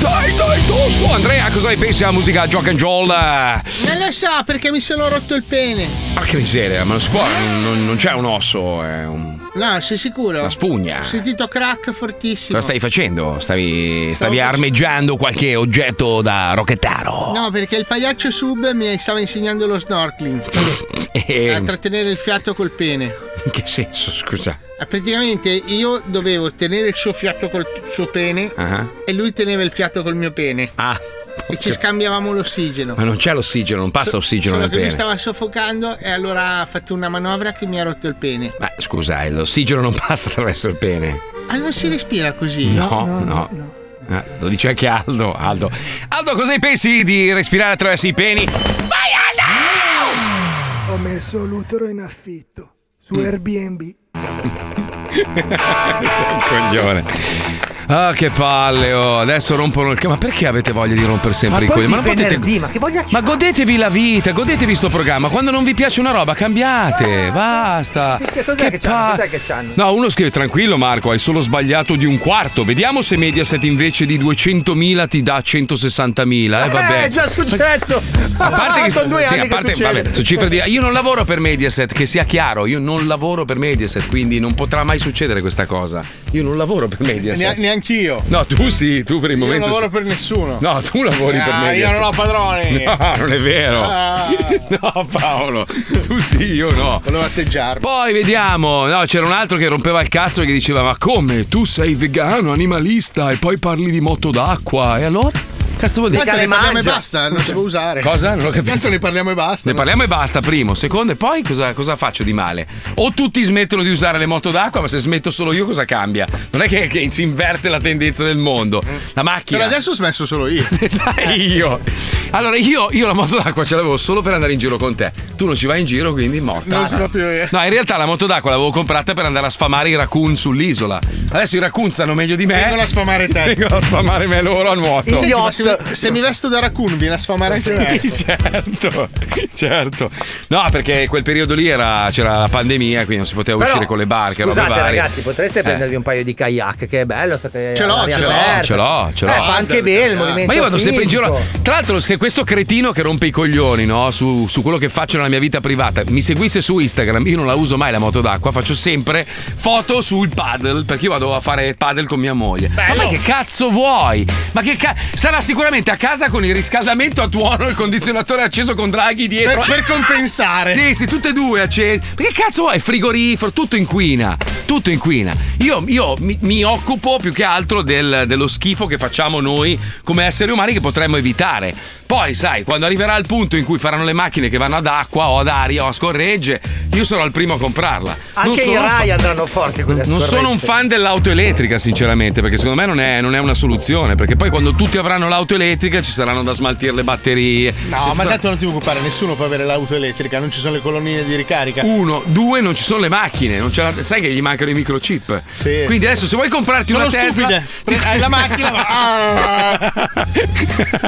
Dai, dai, tosto! Andrea, cosa ne pensi della musica Jock and Joel? Ma Non lo so perché mi sono rotto il pene. che miseria, ma non si può, non, non c'è un osso, è un- No, sei sicuro? una spugna. Ho sentito crack fortissimo. Cosa stai facendo? Stavi, stavi armeggiando qualche oggetto da rocchettaro. No, perché il pagliaccio sub mi stava insegnando lo snorkeling. a Eh, trattenere il fiato col pene. in che senso, scusa? Ah, Praticamente io dovevo tenere il suo fiato col suo pene Ah. e lui teneva il fiato col mio pene. Ah. E ci scambiavamo l'ossigeno. Ma non c'è l'ossigeno, non passa ossigeno Solo nel che mi pene. stava soffocando e allora ha fatto una manovra che mi ha rotto il pene. Ma scusa, eh, l'ossigeno non [LAUGHS] passa attraverso il pene. Ah, non si respira così? No, no. Eh, lo dice anche Aldo. Aldo. Aldo, cosa ne pensi di respirare attraverso i peni? Ho messo l'utero in affitto su Mm. Airbnb. Sei un coglione. Ah, che palle, oh. adesso rompono il. ca- Ma perché avete voglia di rompere sempre i coglioni? Ma non potete. ma che voglia Ma godetevi la vita, godetevi sto programma. Quando non vi piace una roba, cambiate. Basta. Che cos'è che, c'hanno? Cos'è che c'hanno? No, uno scrive tranquillo Marco, hai solo sbagliato di un quarto. Vediamo se Mediaset invece di 200.000 ti dà 160.000. Eh vabbè. Eh, è già successo. A parte che sono due sì, anni a parte- che succede. vabbè, sono cifre di- io non lavoro per Mediaset, che sia chiaro, io non lavoro per Mediaset, quindi non potrà mai succedere questa cosa. Io non lavoro per Nea- Mediaset. neanch'io. No, tu sì, tu per il Io non momento lavoro sì. per nessuno. No, tu lavori Ah, per io Mediaset. non ho padroni. [LAUGHS] No, non è vero. Ah. No, Paolo, tu sì, io no. Volevo atteggiarmi. Poi vediamo, no, c'era un altro che rompeva il cazzo e che diceva: Ma come? Tu sei vegano, animalista e poi parli di moto d'acqua. E allora? Cazzo vuol dire? Tanto ne parliamo e basta, non si può usare. Cosa? Non ho capito. Tanto ne parliamo e basta. Ne parliamo e basta, primo. Secondo, e poi cosa, cosa faccio di male? O tutti smettono di usare le moto d'acqua, ma se smetto solo io cosa cambia? Non è che, che si inverte la tendenza del mondo. La macchina. Per adesso ho smesso solo io. [LAUGHS] Sai io. Allora, io, io la moto d'acqua ce l'avevo solo per andare in giro con te. Tu non ci vai in giro, quindi morta. Non si può eh, più via. No, in realtà la moto d'acqua l'avevo comprata per andare a sfamare i raccoon sull'isola. Adesso i raccoon stanno meglio di me. Vengono a [LAUGHS] sfamare te. Vengono a sfamare me loro a nuoto. Senti, ma se, mi- se mi vesto da raccoon, viene a sfamare anche te. ecco. Sì, certo, certo. No, perché quel periodo lì era, c'era la pandemia, quindi non si poteva Però, uscire con le barche. robe Scusate, varie. ragazzi, potreste Eh. prendervi un paio di kayak, che è bello, state Ce l'ho, all'aria ce l'ho, aperta. ce l'ho, ce l'ho. Eh, fa anche bene il movimento. Ma io vado sempre in giro. fisico. Tra l'altro, se questo cretino che rompe i coglioni no, su, su quello che faccio nella mia vita privata mi seguisse su Instagram, io non la uso mai la moto d'acqua, faccio sempre foto sul paddle perché io vado vado a fare padel con mia moglie. Ma poi che cazzo vuoi? Ma che cazzo? Sarà sicuramente a casa con il riscaldamento a tuono e il condizionatore acceso con draghi dietro. Per- per compensare. Sì, sì, tutte e due accese. Ma che cazzo vuoi? Frigorifero, tutto inquina. Tutto inquina. Io, io mi, mi occupo più che altro del- dello schifo che facciamo noi come esseri umani che potremmo evitare. Poi, sai, quando arriverà il punto in cui faranno le macchine che vanno ad acqua o ad aria o a scorregge, io sarò il primo a comprarla. Non Anche i sono Rai fa- andranno forti quelle non sono un fan dell'auto elettrica, sinceramente, perché secondo me non è, non è una soluzione. Perché poi quando tutti avranno l'auto elettrica ci saranno da smaltire le batterie. No, ma tanto non ti preoccupare, nessuno può avere l'auto elettrica, non ci sono le colonnine di ricarica. Uno, due, non ci sono le macchine, non c'è la- sai che gli mancano i microchip. Quindi adesso se vuoi comprarti Sono una Tesla, stupide. Pre- hai la macchina, Ah! ma- [LAUGHS]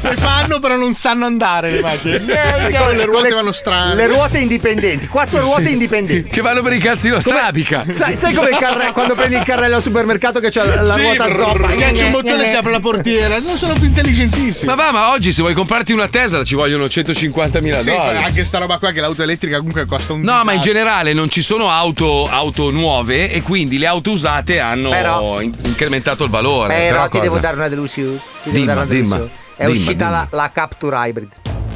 Le fanno, però non sanno andare le macchine. Eh, cavolo, le ruote vanno strane. Le ruote indipendenti, quattro ruote Sì. indipendenti. che vanno per i cazzi la strabica. Sai, sai come il [LAUGHS] carre- quando prendi il carrello al supermercato che c'è la, la Sì, ruota brrr. zoppa? Schiacci un bottone e si apre la portiera. Non sono più intelligentissimo. Ma va, ma oggi se vuoi comprarti una Tesla ci vogliono 150.000 Sì, eh. dollari. anche esatto. sta roba qua che l'auto elettrica comunque costa un No, ma in generale non ci sono auto, auto nuove e quindi le auto usate hanno Però- in- incrementato il valore. Però Eh, ti cosa- devo dare una delusione. Ti devo Dimma, dare una dimma, delusione. È dimma, uscita dimma. la, la Capture Hybrid.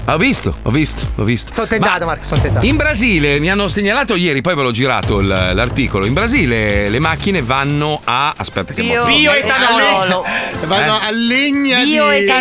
Ho visto, ho visto, ho visto. Sono tentato, Marco, sono tentato. In Brasile mi hanno segnalato ieri, poi ve l'ho girato il- l'articolo. In Brasile le macchine vanno a. Aspetta, che Bio- mostro- bioetanolo. Vanno Eh? a legna di di foresta.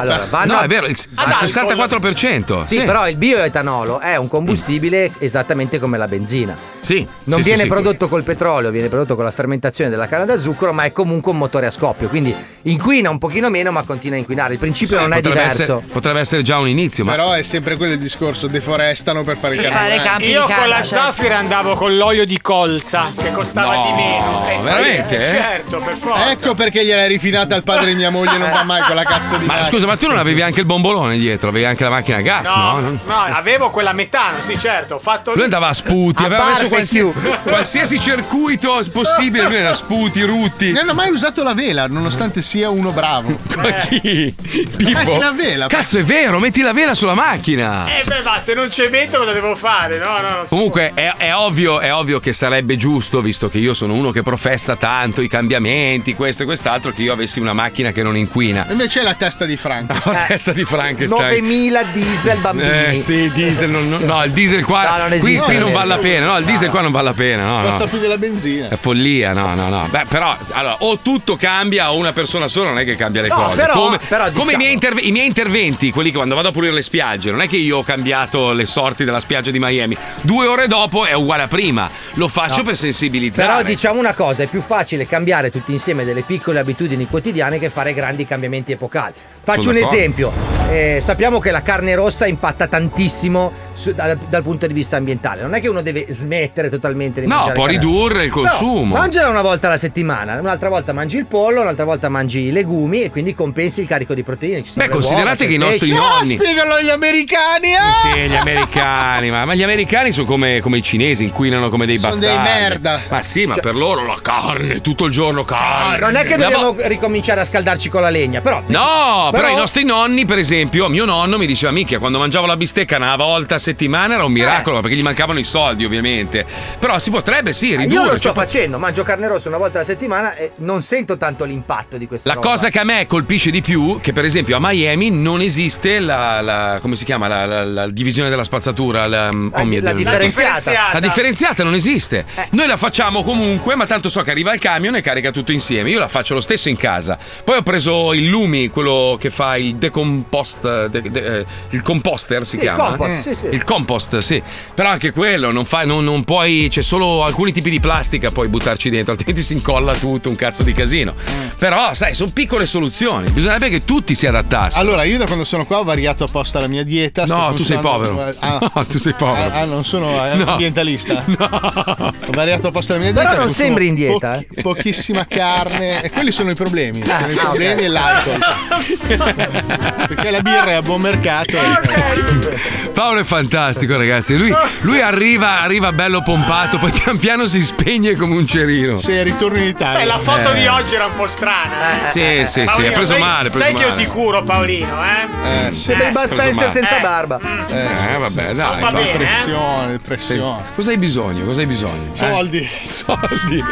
Allora, vanno no, a- è vero, il, ad al 64%. Sì, però il bioetanolo è un combustibile esattamente come la benzina. Sì. Non sì, viene sì, sì. prodotto col petrolio, viene prodotto con la fermentazione della canna da zucchero, ma è comunque un motore a scoppio, quindi inquina un pochino meno, ma continua a inquinare. Il principio Sì, non è potrebbe diverso. essere- potrebbe essere già un inizio, ma. Però è sempre quello il discorso, deforestano per fare i Per campi. fare Eh. campi di Io con canna, la certo. zaffira andavo con l'olio di colza che costava di meno. Eh sì, veramente? Certo, per forza. Ecco perché gliel'hai rifinata al padre di mia moglie, non va mai con la cazzo di Ma macchina. scusa, ma tu non avevi anche il bombolone dietro, avevi anche la macchina a gas, no? No, no, avevo quella metano, sì, certo. Ho fatto Lui andava a sputi, A aveva messo qualsiasi, barbecue. [LAUGHS] qualsiasi circuito possibile, lui era sputi, rutti. Non hanno mai usato la vela, nonostante sia uno bravo. [LAUGHS] Ma chi? Pippo? Eh, Metti la vela. Cazzo, è vero, metti la vela sulla macchina. Eh beh, ma se non c'è vento cosa devo fare? No, no, no. Comunque è, è ovvio, è ovvio che sarebbe giusto, visto che io sono uno che professa tanto i cambiamenti, questo e quest'altro, che io avessi una macchina che non inquina. Invece è la testa di Franco. La testa di Frankenstein. 9000 Eh, diesel bambini. Eh sì, il diesel non, non- no, il diesel qua No, non qui- esiste, qui, non non vale la esiste. pena, no, il diesel qua non vale la pena, no, Costa no. più della benzina. È follia, no, no, no. Beh, però, allora, o tutto cambia o una persona sola non è che cambia le No, cose. però- come però come i, diciamo- miei interve- i miei interventi, quelli che quando vado a pulire le spiagge, non è che io ho cambiato le sorti della spiaggia di Miami. Due ore dopo è uguale a prima. Lo faccio per sensibilizzare. Però diciamo una cosa, è più facile cambiare tutti insieme delle piccole abitudini quotidiane che fare grandi cambiamenti epocali. Faccio Sono un d'accordo. esempio, Eh, sappiamo che la carne rossa impatta tantissimo su- dal, dal punto di vista ambientale, non è che uno deve smettere totalmente di No, mangiare può carne. ridurre il No, consumo. mangiala una volta alla settimana, un'altra volta mangi il pollo, un'altra volta mangi i legumi e quindi compensi il carico di proteine. Ci cioè, sono Beh, le uova, considerate c'è che i il nostri pesce. nonni- Spiegalo agli americani. eh! Sì, gli americani, ma, ma gli americani sono come, come i cinesi, inquinano come dei Sono bastardi. dei merda. Ma sì, ma per loro la carne, tutto il giorno carne. Cioè Non è che La dobbiamo ricominciare a scaldarci con la legna, però No, però... Però- i nostri nonni, per esempio, mio nonno mi diceva: Minchia, quando mangiavo la bistecca una volta a settimana era un Eh. miracolo, ma perché gli mancavano i soldi, ovviamente. Però si potrebbe, sì, ridurre. Ah, Io lo sto cioè, facendo, mangio carne rossa una volta alla settimana e non sento tanto l'impatto di questa La roba. cosa che a me colpisce di più, che per esempio a Miami non esiste la, la- come si chiama, la, la- la divisione della spazzatura, la, oh mio la Dio. differenziata. Eh. La differenziata non esiste. Noi la facciamo comunque, ma tanto so che arriva il camion e carica tutto insieme. Io la faccio lo stesso in casa. Poi ho preso il Lumi, quello che fa il decompost, de- de- eh, il composter si Sì, il chiama. Eh. compost, sì, sì. Il compost, sì. Però anche quello non, fa, non, non puoi, c'è solo alcuni tipi di plastica puoi buttarci dentro, [LAUGHS] altrimenti si incolla tutto, un cazzo di casino. Mm. Però, sai, sono piccole soluzioni. Bisognerebbe che tutti si adattassero. Allora, io da quando sono qua ho variato apposta la mia dieta. sto ah, No, tu sei pensando- povero. Ah, No, [LAUGHS] tu sei povero. Ah, ah, non sono eh, [LAUGHS] No. ambientalista. Ho variato apposta la mia Però dieta. non perché sembri in consumo dieta, eh. pochi- pochissima carne. E quelli sono i problemi. Sono i Ah, ok. problemi e l'alcol. perché la birra è a buon mercato. Ecco. Paolo è fantastico, ragazzi. [LAUGHS] Lui, lui arriva, arriva bello pompato, poi pian piano si spegne come un cerino. Se ritorno in Italia. Beh, la foto Eh. di oggi era un po' strana. eh. Sì, sì, sì, Paolino, ha preso sai- male, ha preso sai che male. io ti curo, Paolino, eh? Eh, Sembra il Bud Preso Spencer male. senza Eh. barba. Eh, vabbè, dai. va. va bene, eh? Pressione, pressione. Cosa hai bisogno? Cosa hai bisogno? Soldi. Eh? Soldi.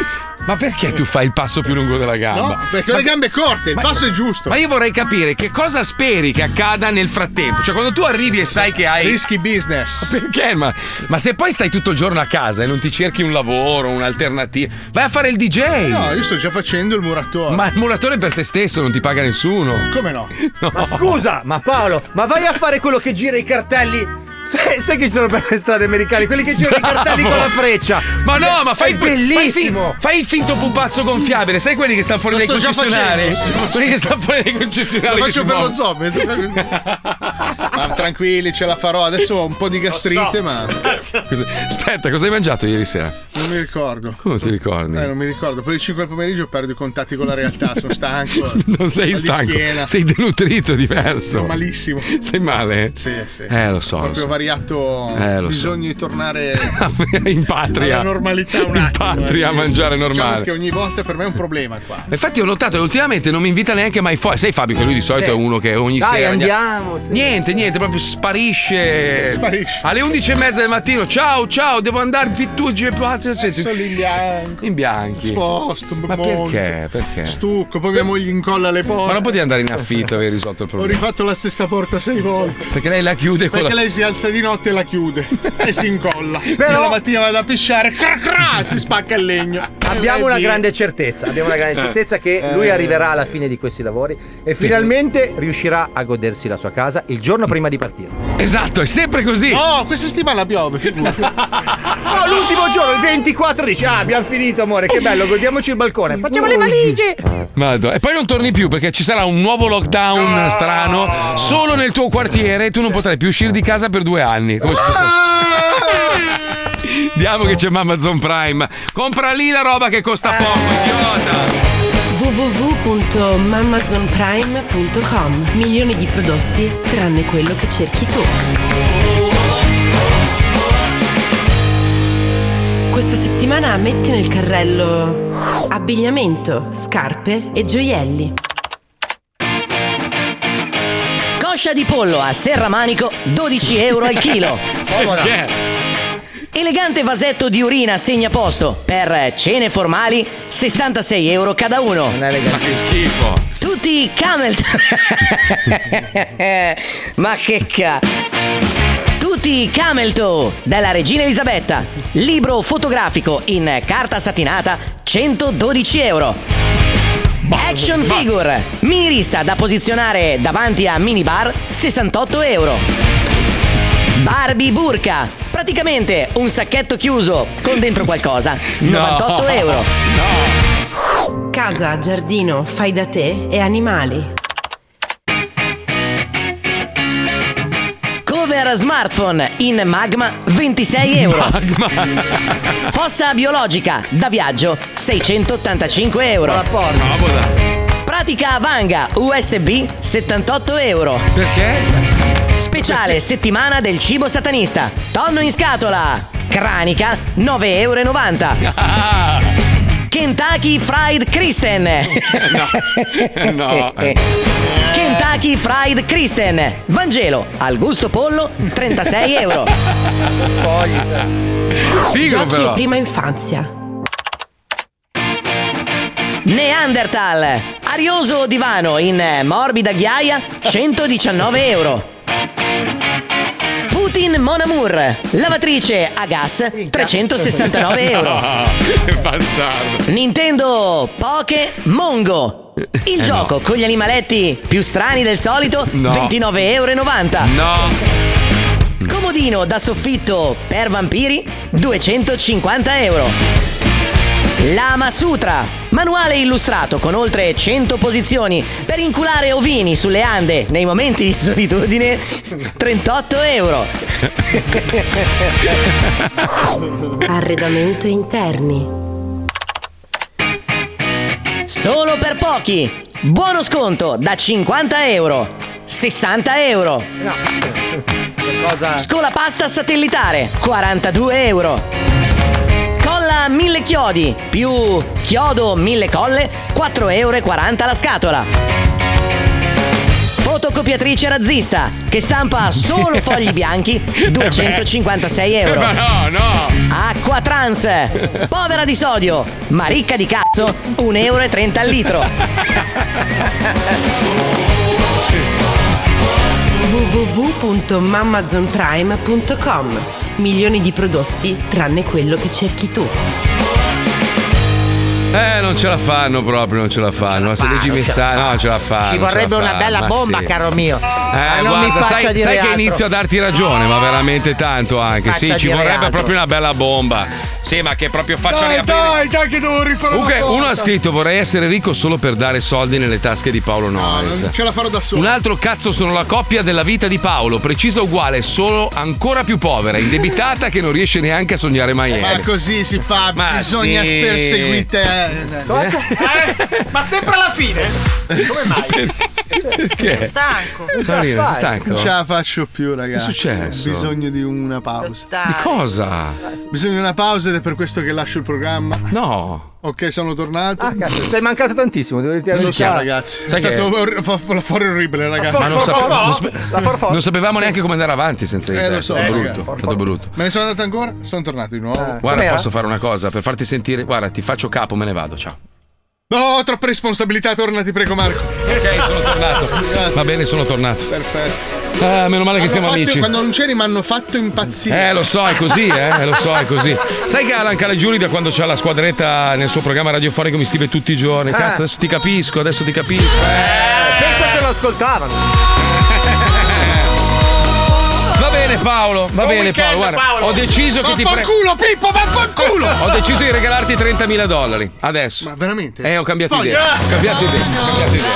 Ma perché tu fai il passo più lungo della gamba? No, perché ho le gambe corte, il passo è giusto. Ma io vorrei capire che cosa speri che accada nel frattempo. Cioè, quando tu arrivi e sai che hai. Rischi business. [LAUGHS] Perché? Ma, ma se poi stai tutto il giorno a casa e non ti cerchi un lavoro, un'alternativa, vai a fare il DJ. No, io sto già facendo il muratore. Ma il muratore per te stesso non ti paga nessuno. Come no? Ma scusa, ma Paolo, ma vai a fare quello che gira i cartelli? Sai, sai che ci sono per le strade americane? Quelli che girano i cartelli Bravo. [LAUGHS] con la freccia. Ma no, È ma fai il bellissimo. Fai, fai il finto pupazzo gonfiabile, sai quelli che stanno fuori Lo dai sto già concessionari? facendo, lo sto [LAUGHS] Quelli che stanno fuori dai Lo concessionari. che faccio si per lo muovono. zombie. ma tranquilli, ce la farò. Adesso ho un po' di gastrite, so. Eh, ma [LAUGHS] Cosa- Aspetta, cosa hai mangiato ieri sera? non mi ricordo. Come ti ricordi? Eh, non mi ricordo. Poi le 5 del pomeriggio perdo i contatti con la realtà. Sono stanco. [LAUGHS] Non sei Mal di stanco, schiena. sei denutrito diverso. Sono malissimo. Stai male? [LAUGHS] Sì, sì. Eh, lo so. Ho lo proprio so. variato Eh, lo so. bisogno di tornare in patria. alla normalità un In attimo. eh, patria, a sì, mangiare sì. Diciamo normale. che ogni volta per me è un problema qua. Infatti ho notato che ultimamente non mi invita neanche mai fuori. Sai Fabio che lui di solito Sì. è uno che ogni Dai, sera... ogni- andiamo, sì. Niente, niente, proprio sparisce. Sparisce. Alle 11 e mezza del mattino. Ciao, ciao, devo andare in pittugia e pazzo. Eh, Sono in bianco. In bianchi. Sposto, Ma perché? Perché? Stucco, poi mia moglie incolla le porte. Ma non potevi andare in affitto e aver risolto il Ho problema. rifatto la stessa porta sei volte. Perché lei la chiude con Perché la... lei si alza di notte e la chiude e si incolla. Però [LAUGHS] Però- la mattina vado a pisciare, cra cra, si spacca il legno. Abbiamo una grande certezza, abbiamo una Eh. grande certezza che lui arriverà alla fine di questi lavori e finalmente riuscirà a godersi la sua casa il giorno prima di partire. Esatto, è sempre così. No, questa settimana piove, figurati. No, l'ultimo giorno, il 24, dice: Ah, abbiamo finito, amore, che bello, godiamoci il balcone. Facciamo le valigie. Madonna. E poi non torni più perché ci sarà un nuovo lockdown strano solo nel tuo quartiere e tu non potrai più uscire di casa per due anni. [LAUGHS] Come è successo? Diamo che c'è Amazon Prime. Compra lì la roba che costa Eh. poco, idiota. www.mamazonprime.com Milioni di prodotti tranne quello che cerchi tu. Questa settimana metti nel carrello abbigliamento, scarpe e gioielli. Coscia di pollo a Serramanico 12 euro al chilo. Perché? Elegante vasetto di urina segna posto per cene formali 66 euro cada uno. Ma che schifo. Tutti i camel. [LAUGHS] Ma che cazzo. Tutti i camel toe della regina Elisabetta. Libro fotografico in carta satinata 112 euro. Action figure. Mini rissa da posizionare davanti a minibar 68 euro. Barbie burka. Praticamente un sacchetto chiuso con dentro qualcosa 98 euro. Casa, giardino, fai da te e animali. Cover smartphone in magma 26 euro. Ah! Magma. Fossa biologica da viaggio 685 euro. Pratica vanga USB 78 euro. Perché? Speciale settimana del cibo satanista. Tonno in scatola. Cranica 9,90 Ah. [LAUGHS] Kentucky Fried Kristen. [LAUGHS] [LAUGHS] No. Kentucky Fried Kristen. Vangelo al gusto pollo 36 euro. Figo Giochi però. e prima infanzia. Neanderthal. Arioso divano in eh, morbida ghiaia 119 euro. Putin Mon Amour. Lavatrice a gas 369 [LAUGHS] euro. No, che [LAUGHS] bastardo. Nintendo Poke Mongo. Il Eh, gioco con gli animaletti più strani del solito, No. 29,90 euro. No. Comodino da soffitto per vampiri, 250 euro. Lama Sutra, manuale illustrato con oltre 100 posizioni per inculare ovini sulle ande nei momenti di solitudine, 38 [LAUGHS] euro. Arredamento interni. Solo per pochi. Buono sconto da 50 euro. 60 euro. No. Scola pasta satellitare. 42 euro. Colla 1000 chiodi più chiodo 1000 colle. 4,40 euro la scatola. fotocopiatrice razzista che [LAUGHS] stampa solo fogli bianchi, 256 euro. Eh, ma no, no. Acqua trans, povera di sodio, ma ricca di cazzo, 1,30 euro al litro. www.mamazonprime.com Milioni di prodotti tranne quello che cerchi tu. Eh, non ce la fanno proprio, non ce la fanno. Se leggi i messaggi, no, ce la fanno. Ci Ah, non ce la vorrebbe una fanno, bella ma bomba, sì. caro mio. Ma Eh, non mi guarda, faccia sai, dire sai che altro. inizio a darti ragione, ma veramente tanto anche. Faccia Sì, ci dire vorrebbe altro. proprio una bella bomba. Sì, ma che proprio faccia Dai, riaprire. dai, dai, che devo rifare Comunque, una uno volta. ha scritto: Vorrei essere ricco solo per dare soldi nelle tasche di Paolo Noyes. non ce la farò da solo. Un altro cazzo sono la coppia della vita di Paolo, precisa uguale, solo ancora più povera, indebitata che non riesce neanche a sognare mai. Ma ieri. così si fa, Ma bisogna sì. perseguite. Cosa? Eh? Ma sempre alla fine? Come [LAUGHS] mai? Perché? Stanco. Sono lì, sei stanco? Non ce la faccio più, ragazzi. Che è successo? Ho bisogno di una pausa. Di cosa? Bisogno di una pausa ed è per questo che lascio il programma. No. Ok, sono tornato. Ah, cazzo, sei mancato tantissimo, devo dirti la Non lo so, verità. ragazzi. Sai è che- stato or- fa- fa- fuori orribile, ragazzi. Ma non, so. sape- non spe- non sapevamo neanche come andare avanti senza di Eh, te. lo so, È stato eh, brutto, sì. è stato brutto. Me ne sono andato ancora? Sono tornato di nuovo. Ah, Guarda, posso fare una cosa per farti sentire. Guarda, ti faccio capo, me ne vado. Ciao. No, troppe responsabilità, torna, ti prego, Marco. Ok, sono tornato. Va bene, sono tornato. Perfetto. Ah, meno male che Hanno siamo fatto- amici. Quando non c'eri mi hanno fatto impazzire. Eh, lo so, è così, eh, lo so, è [LAUGHS] così. Sai che Alan Calagiuri da quando c'ha la squadretta nel suo programma radiofonico mi scrive tutti i giorni. Ah. Cazzo, adesso ti capisco, adesso ti capisco. Eh, pensa se lo ascoltavano. Va bene Paolo, va bene Paolo, guarda, ho deciso che ti pre- Vaffanculo, Pippo, vaffanculo! Ho deciso di regalarti 30.000 dollari adesso. Ma veramente? Eh, ho cambiato Sfoglia. idea. Ho cambiato idea. Ho cambiato idea.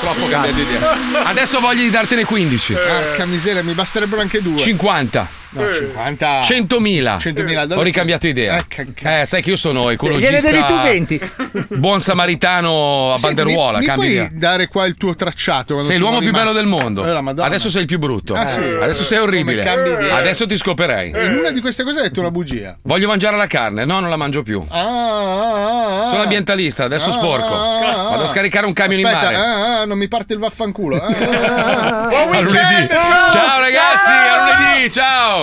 Troppo ho cambiato idea. Adesso voglio di dartene 15. Porca miseria, mi basterebbero anche due. 50. No, 50. 100.000. 100.000 Ah. dollari. Ho ricambiato idea. Eh, sai che io sono ecologista. Gliene devi tu 20. Buon samaritano a Senti, banderuola, mi, mi cambi puoi idea. dare qua il tuo tracciato? quando Sei tu l'uomo non più rimani? bello del mondo. Eh, la Madonna. Adesso sei il più brutto. Ah, sì. Adesso sei orribile. Come cambi idea. Adesso ti scoperei. Eh, in una di queste cose hai detto una bugia. Voglio mangiare la carne. No, non la mangio più. Ah, ah, ah, Sono ambientalista, adesso Ah, sporco. ah, Vado a scaricare un camion Aspetta, in mare. ah, ah, non mi parte il vaffanculo. Ah, ah, ah. A lunedì. Ciao ragazzi, a lunedì, ciao.